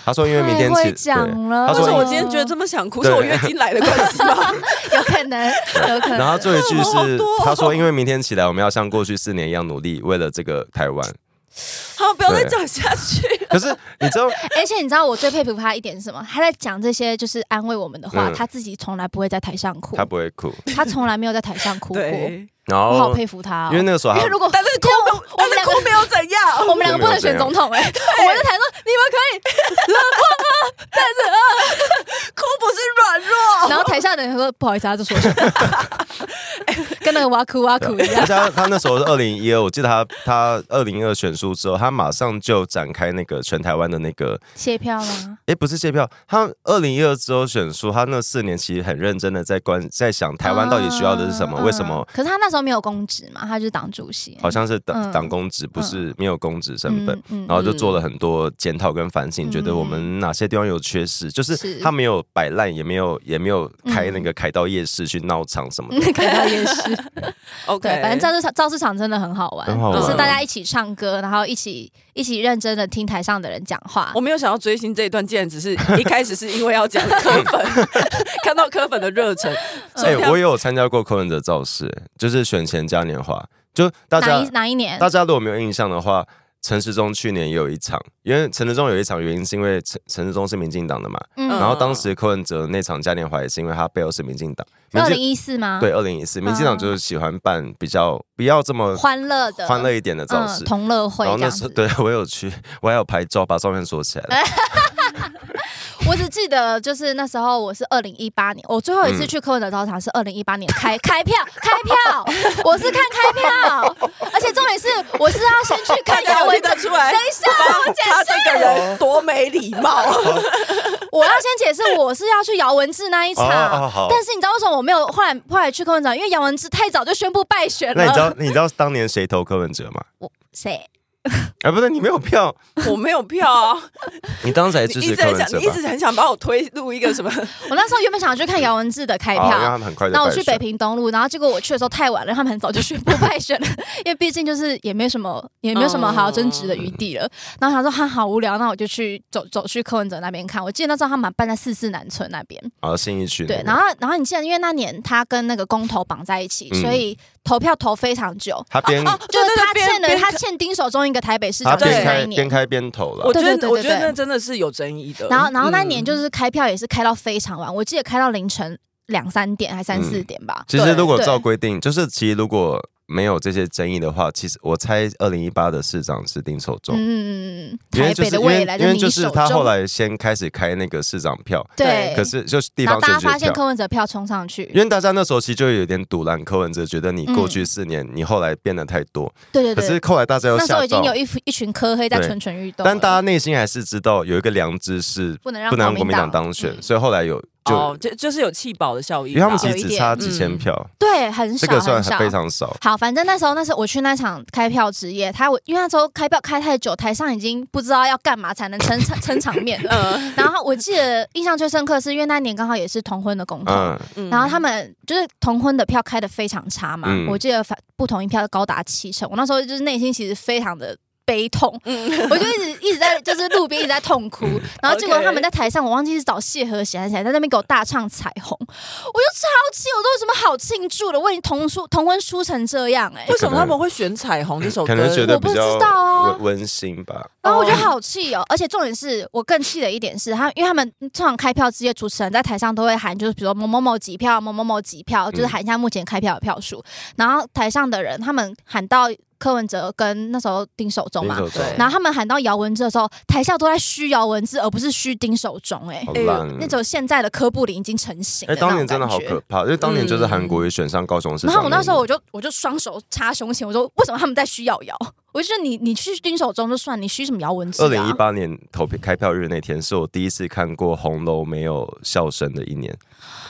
他说因为明天太会起讲了，他但说是我今天觉得这么想哭，是我对月经来的关 系吗？有可能，有可然后能他。最后一句 我好是多哦，他说：“因为明天起来，我们要像过去四年一样努力，为了这个台湾。好，不要再讲下去。”可是你 知道，而且你知道我最佩服他一点是什么？他在讲这些就是安慰我们的话，嗯他自己从来不会在台上哭他，不会哭。他从来没有在台上哭过。对，然我好后，佩服他哦，因为那个时候因他为如果但是哭没有，我但们是两个哭没有怎样。我们两个不能选总统哎、我们在台上你们可以，哭不是软弱，然后台下的人说不好意思，他就 说什么，跟那个哇哭哇哭一样而。且啊他他那时候是二零一二，我记得他他二零二选书之后，他马上就展开那个全台湾的那个，谢票吗？诶，不是借票，他二零一二之后选书，他那四年其实很认真的在关在想 台湾到底需要的是什么，嗯为什么嗯可是他那时候没有公职嘛，他就是党主席，好像是党嗯党公职，不是没有公职身份。嗯然后就做了很多检讨跟反省，嗯觉得我们哪些地方有缺失，就是是他没有摆烂，也没有也没有开那个凯道夜市去闹场什么的。嗯 看到也是， OK，对，反正造市场造市场真的很好玩，很好玩就是大家一起唱歌，然后一起一起认真的听台上的人讲话我。没有想到追星这一段，竟然只是一开始是因为要讲柯粉， 看到柯粉的热忱。所嗯哎、以我也有参加过柯文哲哎造势，就是选前嘉年华，就大哪家一哪一年？大家如果没有印象的话。陈时中去年也有一场，因为陈时中有一场原因是因为陈陈时中是民进党的嘛，嗯然后当时柯文哲那场嘉年华也是因为他背后是民进党，民二进零一四吗？对，二零一四，民进党就是喜欢办比较不要这么欢乐的欢乐一点的造势嗯，。同乐会然后这那样时子哎候。对我有去，我还有拍照，把照片锁起来了。我只记得就是那时候我是二零一八年，我最后一次去柯文哲操场是二零一八年 开开票开票，我是看开票，而且重点是我是要先去看大家姚有文听哲得。出来等一下，我解他释，这个人多没礼貌。哦我要先解释，我是要去姚文智那一场。哦哦好但是你知道为什么我没有后来后来去柯文哲？因为姚文智太早就宣布败选那你知了。道你知道当年谁投柯文哲吗？ 谁？啊，不对，你没有票，我没有票啊！你当时还你哎支一直持柯很文想，哲你一吧？直很想把我推入一个 什么？我那时候原本想要去看姚文智的开啊，因为票他。们很快就那我败去选北平东路，然后结果我去的时候太晚了，他们很早就宣布败选了，因为毕竟就是也没什么也没有什么好争执的余 地了。然后想说他好无聊，那我就去走走去柯文哲那边看。我记得那时候他们办在四四南村那边，啊信义区那对边。，然后然后你记得因为那年他跟那个公投绑在一起，嗯所以投票投非常久，他边就是对对他边欠了边他欠丁守中一个台北市他长对的边那开一边年。开边投我了，觉对对得，对我觉得对那真的是有争议的。然后，然后那年嗯就是开票也是开到非常晚，我记得开到凌晨两三点还三嗯四点吧。其实如果对照规定，就是其实如果没有这些争议的话，其实我猜二零一八的市长是丁守中。嗯嗯嗯，因为台就是北的因未为来因在为你就手是中。他后来先开始开那个市长票，对，可是就是地然方后大选举家发现票，柯文哲票冲上去，因为大家那时候其实就有点堵拦柯文哲，觉得你过去四年你后来变得太多，对嗯对可是对，后来大家又那时候吓已经到，有一群一群科黑在对蠢蠢欲动了，但大家内心还是知道有一个良知是不能让不能让国民党党当选，嗯所以后来有哦就，就就是有弃保的效应因吧。为他们其有实一只点差几千嗯票，对很这少个算很少非。常少。好，反正那时候那时候我去那场开票之夜，他我因为那时候开票开太久，台上已经不知道要干嘛才能撑场撑场面了。嗯然后我记得印象最深刻是因为那年刚好也是同婚的公投，嗯，嗯然后他们就是同婚的票开的非常差嘛，嗯我记得反不同意票高达七成，我那时候就是内心其实非常的悲痛， 我就一直一直在就是路边一直在痛 哭，然后结果嗯 OK 他们在台上，我忘记是找谢和弦还是谁，在那边给我大唱彩虹，我就超气，我都有什么好庆祝的？我已经同书同婚输成这样哎、为什么他们会选《彩虹》这首歌？可能觉得我不比较知道啊温温馨吧。然后我就好气哦，而且重点是我更气的一点是，他因为他们通常开票之夜，主持人在台上都会喊，就是比如说某某某几票，某某某几票，嗯就是喊一下目前开票的票数。然后台上的人，他们喊到柯文哲跟那时候丁守中丁嘛，守中对然后他们喊到姚文志的时候，台下都在嘘姚文志，而不是嘘丁守中、哎好哎呦烂那哦。种现在的科布林已经成型了哎，那当种感觉。嗯年真的好可怕，因为当年就是韩国瑜选上高雄市长然年。后我那时候我就我就双手插胸前，我说为什么他们在嘘瑶瑶？ 我就觉得你你去丁守中就算，你嘘什么姚文志、啊？二零一八年投票开票日那天，是我第一次看过红楼没有笑声的一年，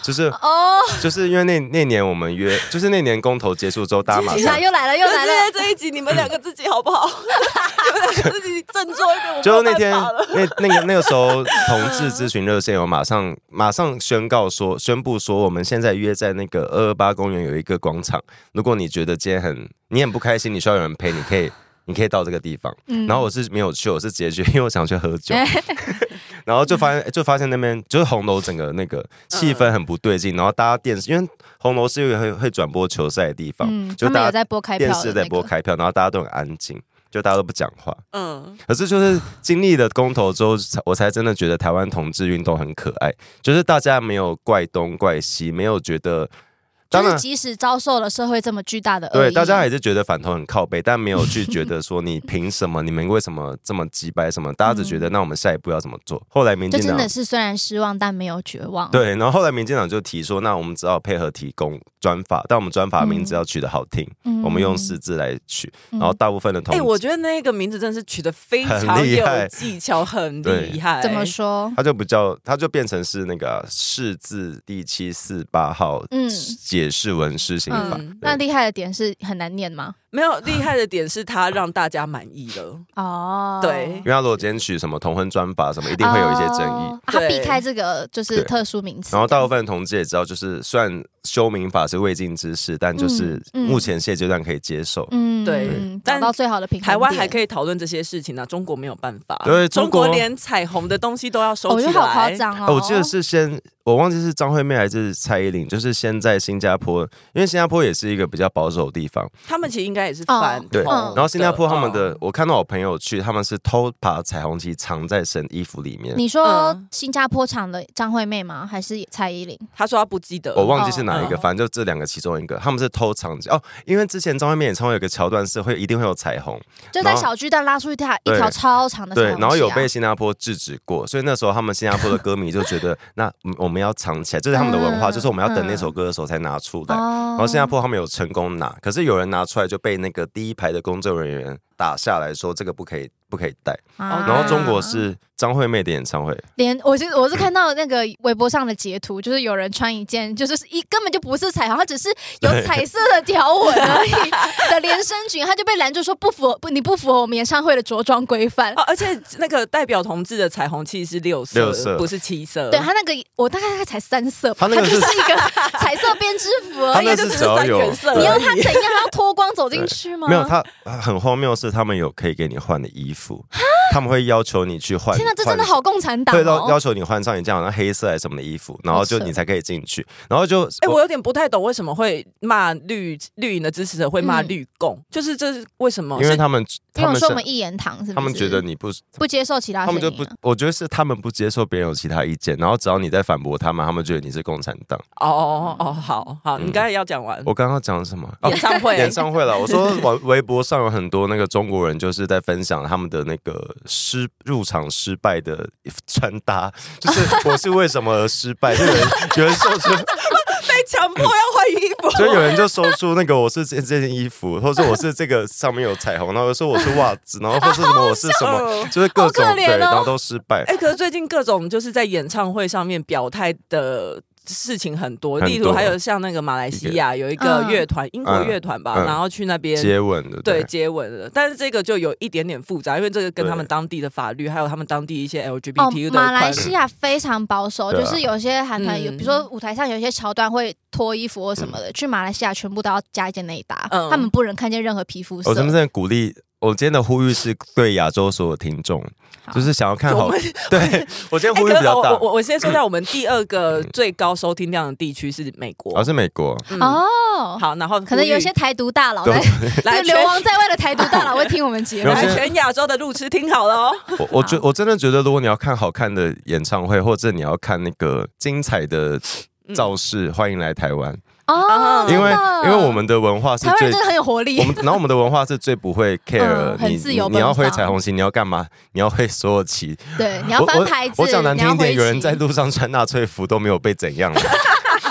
就是哦，就是因为那那年我们约，就是那年公投结束之后，大啊家马来上啊又来了又就来是了，在这一集，你们两个自己好不 好？你们两个自己振作一点，我没就有那天办法了那那个那个时候，同志咨询热线有马上马上宣告说，宣布说我们现在约在那个二二八公园有一个广场，如果你觉得今天很你很不开心，你需要有人陪，你可以你可以到这个地方。嗯哎然后我是没有去，我是直接去，因为我想去喝酒。 然后就发现，就发现那边就是红楼整个那嗯个气氛很不对劲，然后大家电视，因为红楼是一个会会转播球赛的地方，嗯，就他们大有家在播开票电的视那个，在播开票，然后大家都很安静，就大家都不讲话。嗯，可是就是经历了公投之后，才我才真的觉得台湾同志运动很可爱，就是大家没有怪东怪西，没有觉得，当就然是即使遭受了社会这么巨大的恶对意大家还是觉得反同很靠背，但没有去觉得说你凭什么，你们为什么这么鸡掰什么，大家只觉得那我们下一步要怎么做。后来民就进嗯真党的是虽然失望，但没有绝望。，对，然后后来民进党就提说，那我们只好配合提供专法，但我们专法名字要取得好听，嗯我们用四字来取，嗯然后大部分的哎、同我志。觉得那个名字真的是取得非常很厉有害技巧，很厉对害。怎么说？他就不叫，他就变成是那个啊释字第七四八号嗯解释文施刑法。嗯，那对厉害的点是很难念吗？没有厉害的点是他让大家满意了。哦，对因为他如果今天取什么同婚专法什么，一定会有一些争议。哦啊他对避开这个就是对特殊名词，然后大部分同志也知道，就是虽然修民法是未尽之事，但就是嗯嗯目前现阶段可以接受。嗯对嗯但找到最好的平衡台湾还可以，以讨论这些事情呢、中国没有办法。对中中国连彩虹的东西都要收我起觉来。得好夸张哦，哦。我记得是先，我忘记是张惠妹还是蔡依林，就是先在新加坡，因为新加坡也是一个比较保守的地方，他们其实应该也是反哦对，同嗯然后新加坡他们嗯的，我看到我朋友去，他们是偷把彩虹旗藏在神衣服里面，你说嗯新加坡厂的张惠妹吗？还是蔡依林？他说他不记得，我忘记是哪一哦个，嗯反正就这两个其中一个，他们是偷藏起哦，因为之前张惠妹演唱会有个桥段是会一定会有彩虹，就在然后小巨蛋拉出一条一对条超长的彩对虹，旗啊然后有被新加坡制止过，所以那时候他们新加坡的歌迷就觉 得，那嗯我们要藏起来，这是他们的文化，嗯就是我们要等那首歌的时候才拿出来。哦然后新加坡他们有成功拿，可是有人拿出来就被那个第一排的工作人员打下来说这个不可以，不可以带。啊然后中国是张惠妹的演唱会，连我是我是看到那个微博上的截图，就是有人穿一件就是一根本就不是彩虹，它只是有彩色的条纹而已的连身裙，他就被拦住说不符合不你不符合我们演唱会的着装规范。哦，而且那个代表同志的彩虹旗是六色，六色不是七色。对他那个我大概才三色他吧，那个就是是一个彩色编织服 他而啊那已。也就个是只是只要三有原色而已，你要他怎样？他要脱光走进去吗？没有，他很荒谬，是他们有可以给你换的衣服，他们会要求你去换。天哪，这真的换好共产党对，要要哦！求你换上一件好像黑色还是什么的衣服，然后就好扯你才可以进去，然后就哎、我有点不太懂为什么会骂绿绿营的支持者会骂嗯绿共，就是这是为什么？因为是他们因他为我们说我们是一言堂，是不是？他们觉得你不，不接受其他他声们音就啊，不，我觉得是他们不接受别人有其他意见，然后只要你在反驳他们，他们觉得你是共产党。哦哦，好好，你嗯刚才要讲完、我刚刚讲什么？哦演唱会，演唱会了，我说网微博上有很多那个中国人，就是在分享他们的那个失入场失败的穿搭，就是我是为什么而失败，就有人有人说出 被强迫要换衣 服，所以有人就搜出那个我是这这件衣服，或者我是这个上面有彩虹，然后说我是袜子，然后或是什么我是什么，就是各种好可怜对， 哦然后都失败哎、。可是最近各种就是在演唱会上面表态的。事情很多，很多例如还有像那个马来西亚有一个嗯乐团，英国乐团吧，嗯然后去那边接吻的，对对，接吻了，但是这个就有一点点复杂，因为这个跟他们对当地的法律，还有他们当地一些哦 LGBT 的，马来款西亚非常保守，对就啊是有些韩团有，嗯比如说舞台上有一些桥段会脱衣服或什嗯么的，去马来西亚全部都要加一件内搭，嗯他们不能看见任何皮肤色我。真的鼓励。我今天的呼吁是对亚洲所有听众，好就是想要看好我们。 对我今天哎，呼吁可比是我较大嗯我，我我先说一下，我们第二个最高收听量的地区是美而国。是美国，嗯，哦，好，然后可能有一些呼台独大佬对在，吁来就流全亡在外的台独 大佬会听我们节目有。来些全亚洲的路痴听好了哦，我我觉我真的觉得，如果你要看好看的演唱会，或者你要看那个精彩的造势，欢迎来台湾，哦，因为嗯真的因为我们的文化是台湾最人真的很有活力我。们然后我们的文化是最不 会 care，嗯很你自由你你要奔挥放彩虹旗，你要干嘛？你要挥所有旗。对，你要我翻牌子，我我讲难听一点，你有要人在挥旗路上穿纳粹服都没有被怎样的。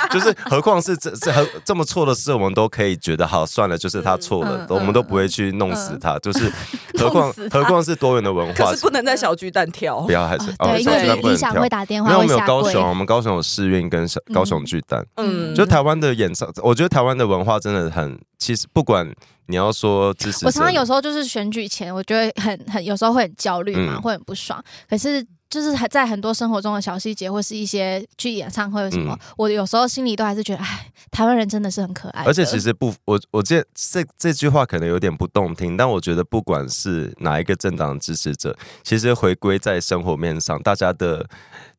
就是，何况是这这很这么错的事，我们都可以觉得好算了，就是他错了嗯，嗯嗯我们都不会去弄死他。 就是，何况弄死他何况是多元的文化可是，不能在小巨蛋跳不。要哦还是哦对，因小巨为蛋不理能理想跳会。打电没话，有，我会们有下高跪。雄，我们高雄有世运跟小高雄巨蛋，嗯，就台湾的演唱，我觉得台湾的文化真的很，其实不管你要说支持者，我常常有时候就是选举前，我觉得很很有时候会很焦虑嘛，嗯会很不爽。可是就是还在很多生活中的小细节，或是一些去演唱会什么，我有时候心里都还是觉得，哎，台湾人真的是很可爱嗯的。而且其实不，我我这这这句话可能有点不动听，但我觉得不管是哪一个政党的支持者，其实回归在生活面上，大家的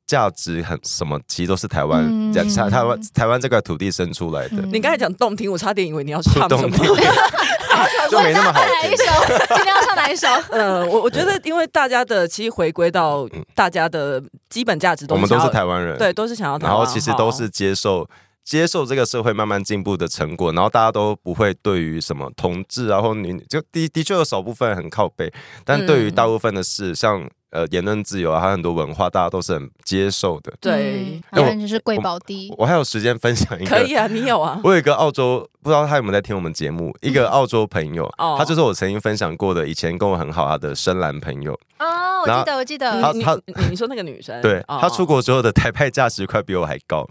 价值很什么，其实都是台湾、嗯台台台湾台湾这块土地生出来的，嗯你刚才讲动听，我差点以为你要唱什动么听。 就没那么好再来 一听。首，今天要唱 哪一首？ 呃，我我觉得，因为大家的其实回归到大家的基本价值都我想要，们都是台湾人，对，，都是想要台然湾好。后其实都是接受。接受这个社会慢慢进步的成果，然后大家都不会对于什么同志啊或女，就的的确有少部分很靠背，但对于嗯大部分的事，像呃言论自由啊，还有很多文化，大家都是很接受的。对，嗯，哎反我正就是贵宝地我。我还有时间分享一个，可以啊，你有啊，我有一个澳洲，不知道他有没有在听我们节目，一个澳洲朋友，嗯哦他就是我曾经分享过的，以前跟我很好他的深蓝朋友，哦，我然记后得，我记他得。你他你你说那个女生，对、哦他出国之后的台派价值快比我还高。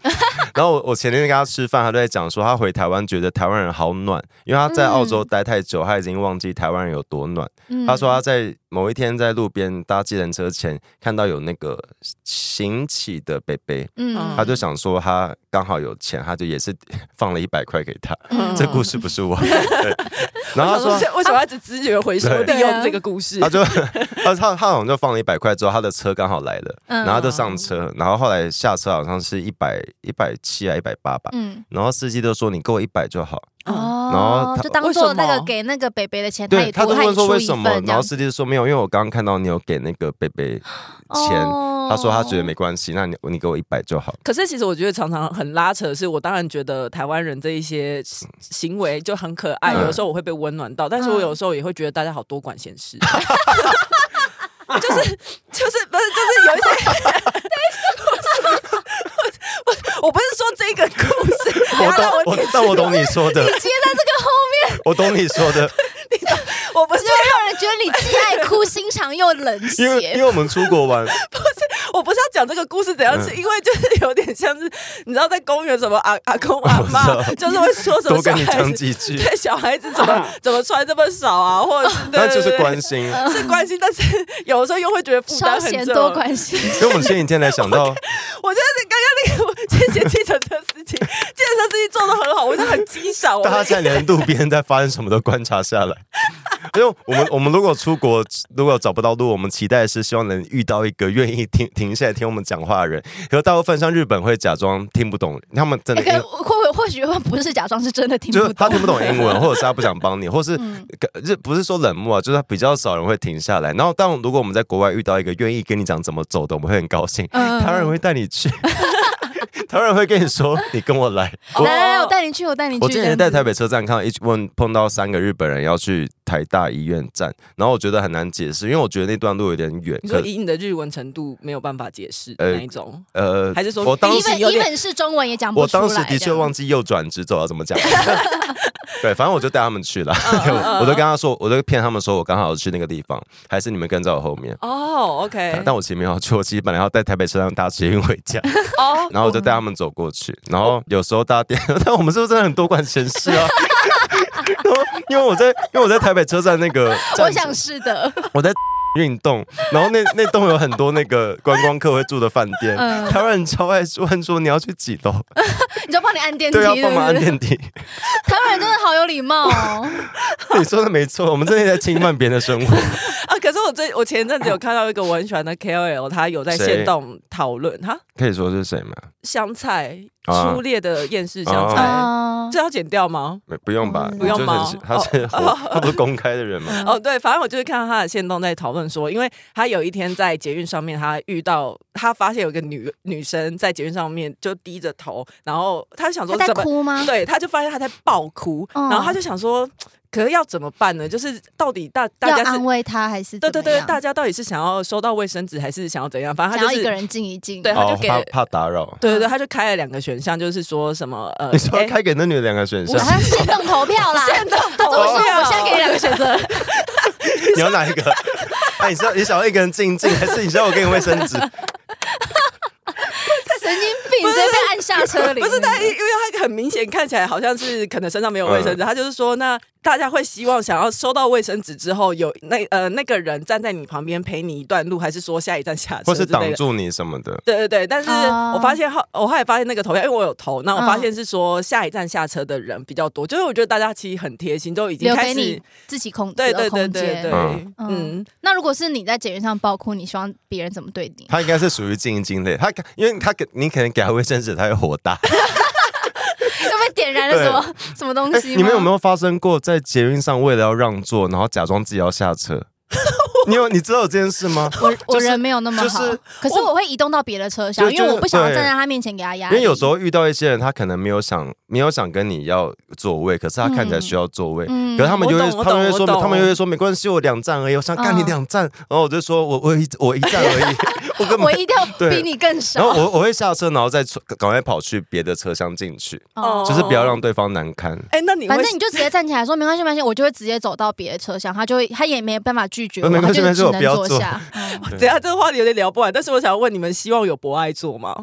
然后我我前天跟他吃饭，他就在讲说他回台湾觉得台湾人好暖，因为他在澳洲待太久，他已经忘记台湾人有多暖。嗯他说他在某一天在路边搭计程车前看到有那个行乞的贝贝，嗯他就想说他刚好有钱，他就也是 放了一百块给他。嗯这故事不是我。对然后他说我想为什么要一直直觉回收对利用这个故事他？就他他他好像就放了一百块之后，他的车刚好来了，嗯然后他就上车，然后后来下车好像是一百一百七啊一百八吧，嗯然后司机就说你给我一百就好，嗯哦，然后他就当为什做那个么给那个北北的钱，对也他多都他也问说出为一什么份，这然样后师弟就说没有，因为我刚刚看到你有给那个贝贝钱，哦 他说他觉得没关系，那你你给我一百就好。可是其实我觉得常常很拉扯的是，我当然觉得台湾人这一些行行为就很可爱，嗯有的时候我会被温暖到，但是我嗯有时候也会觉得大家好多管闲 事。就是就是不是就是有一些， 我我我不是说这个故事，等一我下让懂，我 我解释但我懂你说的，接在这个后面， 我懂你说 的，我不是就会让人觉得你既爱哭，心肠又冷因为因血。为我们出国 玩，我不是要讲这个故事怎样，嗯是因为就是有点像是你知道在公园什么阿阿公阿 我知道妈，就是会说什么多小跟你孩讲子几句，对小孩子怎么 怎么穿这么少啊，或者是 那就是对对对关心。 是关心，但是有的时候又会觉得负超担很嫌重。多关心，因为我们前几天才想 到，我觉得刚刚那个我谢谢计程车司机，计程车司机做的很好，我就很欣 赏。我大家现在连路边在发生什么都观察下来。因为我们我们如果出国，如果找不到路，我们期待的是希望能遇到一个愿意停停下来听我们讲话的人。可是大部分像日本会假装听不懂，他们真的哎可能或或许不是假装，是真的听就是不他懂。听不懂英文，或者是他不想帮 你，或是嗯日不是说冷漠啊，就是比较少人会停下来。然后，但如果我们在国外遇到一个愿意跟你讲怎么走的，我们会很高兴。嗯台湾人会带你 去，台湾人会跟你说：“你跟我来。”哦来来来，我带你去，我带你去。我之前在台北车站看到一问碰到三个日本人要去台大医院站，然后我觉得很难解释，因为我觉得那段路有点远。你说可以你的日文程度没有办法解释呃那一种，呃还是说我当你时们 even 有点 even 是中文也讲不我出来。当时的确忘记右转直走要怎么 讲。 对，反正我就带他们去了，嗯 我都跟他说，我都骗他们说我刚好要去那个地方，还是你们跟在我后面。哦，OK，呃但我其实没有去，我其实本来要在台北车站搭捷运回 家，哦，然后我就带他们走过去，然后有时候搭电， 但我们是不是真的很多管闲事啊？ 然后因为我在，因为我在台北车站那个站， 我想是的，我在 运动，然后那那栋有很多那个观光客会住的饭店，嗯台湾人超爱问说你要去几楼，你就帮你按电梯，对，对要不对？帮忙按 电梯。台湾人真的好有 礼貌哦。你说的没错，我们真的在侵犯别人的生活。啊！可是我最我前一阵子有看到一个我很喜欢的 KOL，他有在谁线动讨论哈 可以说是谁吗？香菜啊初恋的厌世香菜，啊这要剪掉吗？没不用吧，嗯不用哦你就吗很他是 他不是公开的人吗？哦，对，反正我就是看到他的线动在讨论说，因为他有一天在捷运上面，他遇到他发现有一个女女生在捷运上面就低着头，然后他就想他说在怎么哭吗？对，他就发现他在爆哭，嗯然后他就想说，可是要怎么办呢？就是到底大大要家是安慰他还是对对对，大大家到底是想要收到卫生纸还是想要怎样？反正想他就要是一个人嗯静一静。对 他就哦，给怕怕打扰。对对对，他就开了两个选项，就是说什么呃，你说哎开给那女两个选项啊，，他是现动投票啦。现动啊他投怎么说？票我现在给你两个选择，你要哪一 个？哎，你知道你想要一个人静静，还是你知道我给你卫生 纸？ 神经病，直接被按下车铃。不是他，因为他很明显看起来好像是可能身上没有卫嗯生纸，他就是说，那大家会希望想要收到卫生纸之后，有那呃那个人站在你旁边陪你一段路，还是说下一站下车或之是类挡的。住你什么的？对对对，但是哦我发现后，我后来发现那个投票，因为我有投，那我嗯发现是说下一站下车的人比较多，就是我觉得大家其实很贴心，都已经留开给始，你自己空对自对对由空对对间。嗯，嗯，那如果是你在捷运上爆哭，你希望别人怎么对你？他应该是属于静静类，他因为他给你可能给他卫生纸，他会火大。 又被点燃了什么什么东西吗？哎你们有没有发生过在捷运上为了要让座，然后假装自己要下车？ 你有你知道有这件事吗？我我就是人没有那么就好是，可是我会移动到别的车就厢，因为就我不想要对站在他面前给他压因力。为有时候遇到一些人，他可能没有想没有想跟你要座位，可是他看起来需要座位，嗯可是他们就会我懂我懂他们就会我说懂他们就会说没关系，我两站而已，我想干你嗯两站，然后我就说我我一我一站 而已，我根我本。一定要对比你更然后少。我我会下车，然后再出赶快跑去别的车厢进去，哦就是不要让对方难堪。哎、那你会反正你就直接站起来说没关系，没关系，我就会直接走到别的车厢，他就会他也没办法拒绝我，没关他系就没关是系只我能不要坐坐下。嗯 等一下这个话题有点聊不完，但是我想问你们，希望有博爱做吗？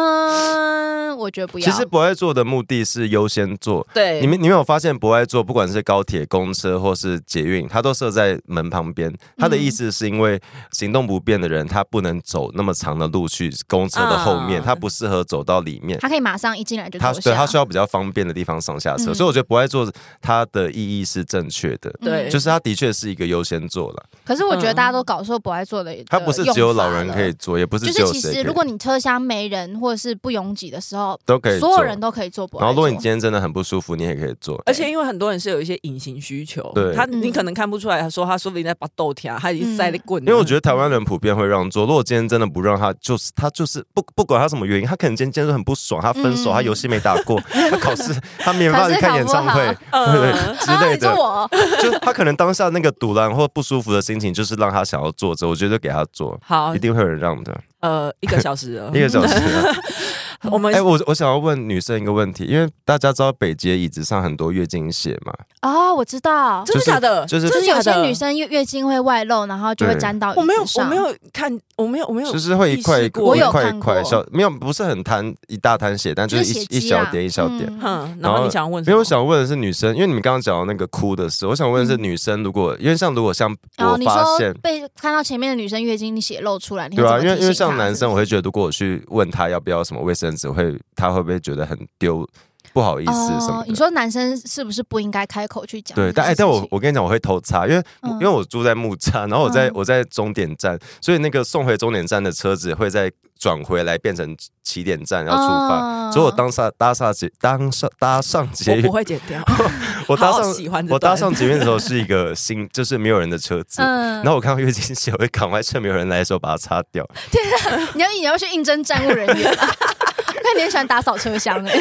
嗯，我觉得不要。其实不爱做的目的是优先做，对你们你们有发现博爱座，不管是高铁、公车或是嗯捷运，它都设在门旁边。它的意思是因为行动不便的人，他不能走那么长的路去公车的后面，嗯它不适合走到里面。啊他可以马上一进来就它坐对下，它需要比较方便的地方上下车，嗯所以我觉得不爱坐它的意义是正确的，对就是它的确是一个优先座了。可是我觉得嗯大家都搞错不爱坐的，呃它不是只有老人可以。坐，也不就是只有是其谁可实，以如果你车厢没人或者是不拥挤的时候，都可以坐，所有人都可以坐不爱然后，如果你坐今天真的很不舒服，你也可以坐。而且因为很多人是有一些隐形需求，对他嗯你可能看不出来，他说他说不定在把豆条，他已经在那滚了。因为我嗯觉得台湾人普遍会让座，如果今天真的不让他，就是他就是不不管他什么原因，他可能今天真的很不爽，他分手，嗯他游戏没打过，他考试他没办法去看演唱会，考试考不好 对嗯之类啊你的坐， 我就他可能当下那个堵然或不舒服的心情，就是让他想要坐着，我觉得给他坐，好哦一，定会有人让的，呃，一个小时了 一，个小时啊。 嗯我们哎、我我想要问女生一个问题，因为大家知道北捷椅子上很多月经血嘛，哦，我知道，真的假的？就是就是真有的假些的女生月月经会外露，然后就会对沾到我没有椅子，我上没，有看，我没有，我没有，就是会一块意一识过块哎我有一块看一块过小，没有不是很摊一大滩血，但就是是一血一迹啊小点一小点。嗯嗯，然后你想要问什因么？为我想问的是女生，因为你们刚刚讲到那个哭的事，我想问的是女生，如果因为像如果像然后我嗯哦你发说现，被看到前面的女生月经血漏出来，你对会啊，怎因么为提因为醒像她男生，我会是觉得如果我去问他要不要什么卫生纸，会他会不会觉得很丢不好意不思是什么哦的？你说哦男生是不是不应该开口去讲这对，件事情？但哎，但我我跟你讲，我会偷擦，因为、嗯因为我住在木栅，然后我在、嗯我在终点站，所以那个送回终点站的车子会再转回来变成起点站要出发，哦所以我当下搭上捷当上搭上捷我运不，会剪掉， 我搭好上喜欢这我搭段上捷运的时候是一个新， 就是没有人的车子。嗯然后我看到月经血，我会赶快趁没有人来的时候把它擦掉。 你要你要去应征站务人员啊 吧。那你很喜欢打扫车厢哎、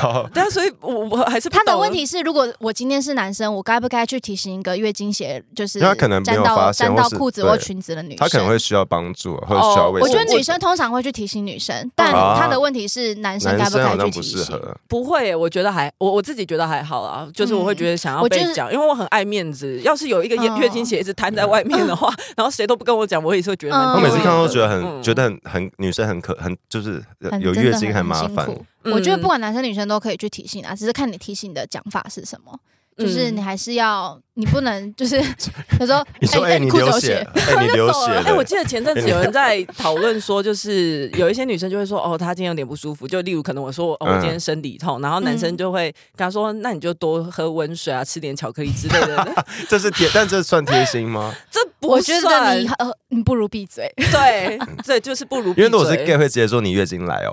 好，但啊所以我我还是不他的懂问题是，如果我今天是男生，我该不该去提醒一个月经血就是因为他可能没沾有到发现沾到或是裤子对或裙子的女生？他可能会需要帮助，或者需要卫我生觉纸。得女生通常会去提醒女生，但哦他的问题是男生该男生该好像去不提适醒？合。不会，嗯我觉得还我我自己觉得还好啦，就是我会觉得想要我被就是讲，因为我很爱面子。要是有一个月嗯月经血一直摊在外面的话，然后谁都不跟我讲，我也是会觉得蛮嗯我丢每脸的。次看到都觉得很、嗯觉得很很女生很可很就是很有真月的经很很很麻辛烦。苦嗯我觉得不管男生女生都可以去提醒啊，只是看你提醒的讲法是什么。就是嗯你还是要，你不能 就是他说，你说哎、哎，你裤子流有血，哎、你流血了。 哎、我记得前阵子有人 在讨论说，就是有一些女生就会说，哦，她今天有点不舒服。就例如可能我说，哦，我嗯今天生理痛，然后男生就会跟她说，那你就多喝温水啊，吃点巧克力之类 的。这是贴，但这算贴心吗？这不我觉得算你呃，你不如闭 嘴。对对，就是不如因为如果是闭嘴 gay 会直接说你月经来哦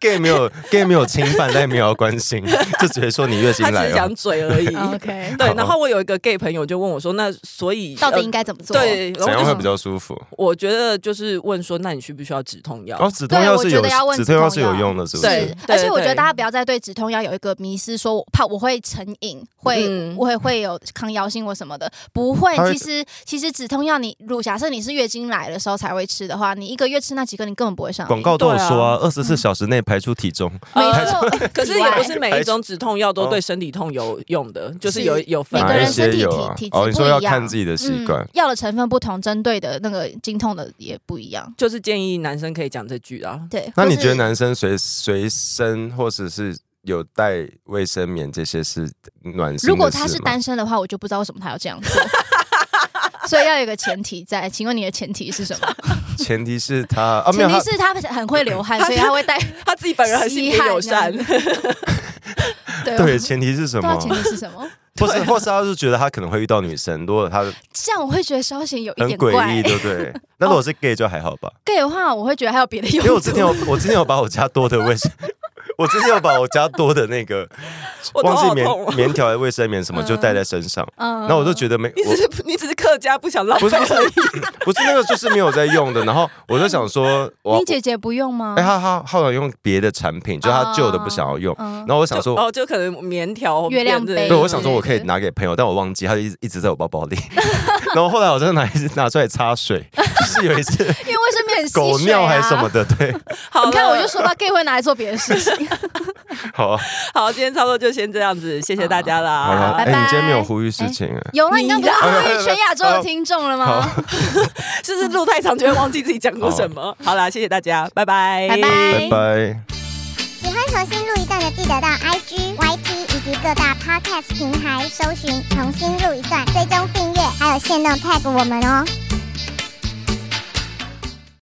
，gay 没有 gay 没有侵犯，但也没有要关心，就直接说你月经他只来是哦想。嘴而已。 OK，对好，然后我有一个 gay 朋友就问我说，那所以到底呃应该怎么做？对，然怎后样我就会是比较舒服？我觉得就是问说，那你需不需要止痛药？哦，止痛药是对我觉有得要问止痛药是有止痛药用的，是不对是？而且我对觉得大家不要再对止痛药有一个迷失，说我怕我会成瘾，会、嗯我会会有抗药性或什么的，不会它。会其实其实止痛药你，如果假设你是月经来的时候才会吃的话，你一个月吃那几个，你根本不会上瘾广告都有说啊，二十四嗯小时内排出体重，没呃错，哎 可是也不是每一种止痛药都哦对生理痛有用的，就是是有有分每个哪一人的。身些体有啊体体？质哦，你不说一要样看自己 的习惯嗯，。药的成分不同，针对的那个经痛的也不一样。就是建议男生可以讲这句啊。对，那你或是觉得男生随随身或者是有带卫生棉这些是暖心的事吗？如果他是单身的话，我就不知道为什么他要这样做。 所以要有一个前提在，请问你的前提是什么？ 前提是他 啊，没前有提他是他很会流汗，所以他会带。他自己本人很性别友善，稀对啊对，前提是什不知道么？前提是啊什么？或是或是他是觉得他可能会遇到女生，如果他这样我会觉得稍显有一很点诡异，怪。哦对不对？ 那如果是 gay 就还好吧， gay 的话，我会觉得还有别的用因途。为我之前有我之前有把我家多的卫生， 我之前有把我家多的那个 我头忘好记痛棉哦。棉条还是卫生棉什么嗯就带在身上， 嗯然后我就觉得没你我只是你只是客家不想浪不费是不是 不是那个就是没有在用的，然后我就想说我你姐姐不用吗哎？他他后来用别的产品，就他旧的不想要用，嗯然后我想就说。哦，就可能棉条、月亮垫子杯对，我之想说我可以类的拿给朋友，但我忘记，他就一直一直在我包包里。然后后来我真的拿一直拿出来擦水，就是有一次因为卫生棉很吸水啊狗尿还是什么。的，对，好了，你看，我就说到 gay 会拿来做别的事情。 好啊，好，今天差不多就先这样子，谢谢大家好了，啦。哎，拜拜你今天没有呼吁事情哎，有了，你刚不是你的呼吁全亚洲的听众了吗？是不是录太长就会忘记自己讲过什么？好啦，谢谢大家，拜拜，拜拜拜。喜欢重新录一段的，记得到 IG、YT 以及各大 Podcast 平台搜寻“重新录一段”，追踪订阅，还有限定 tag 我们哦。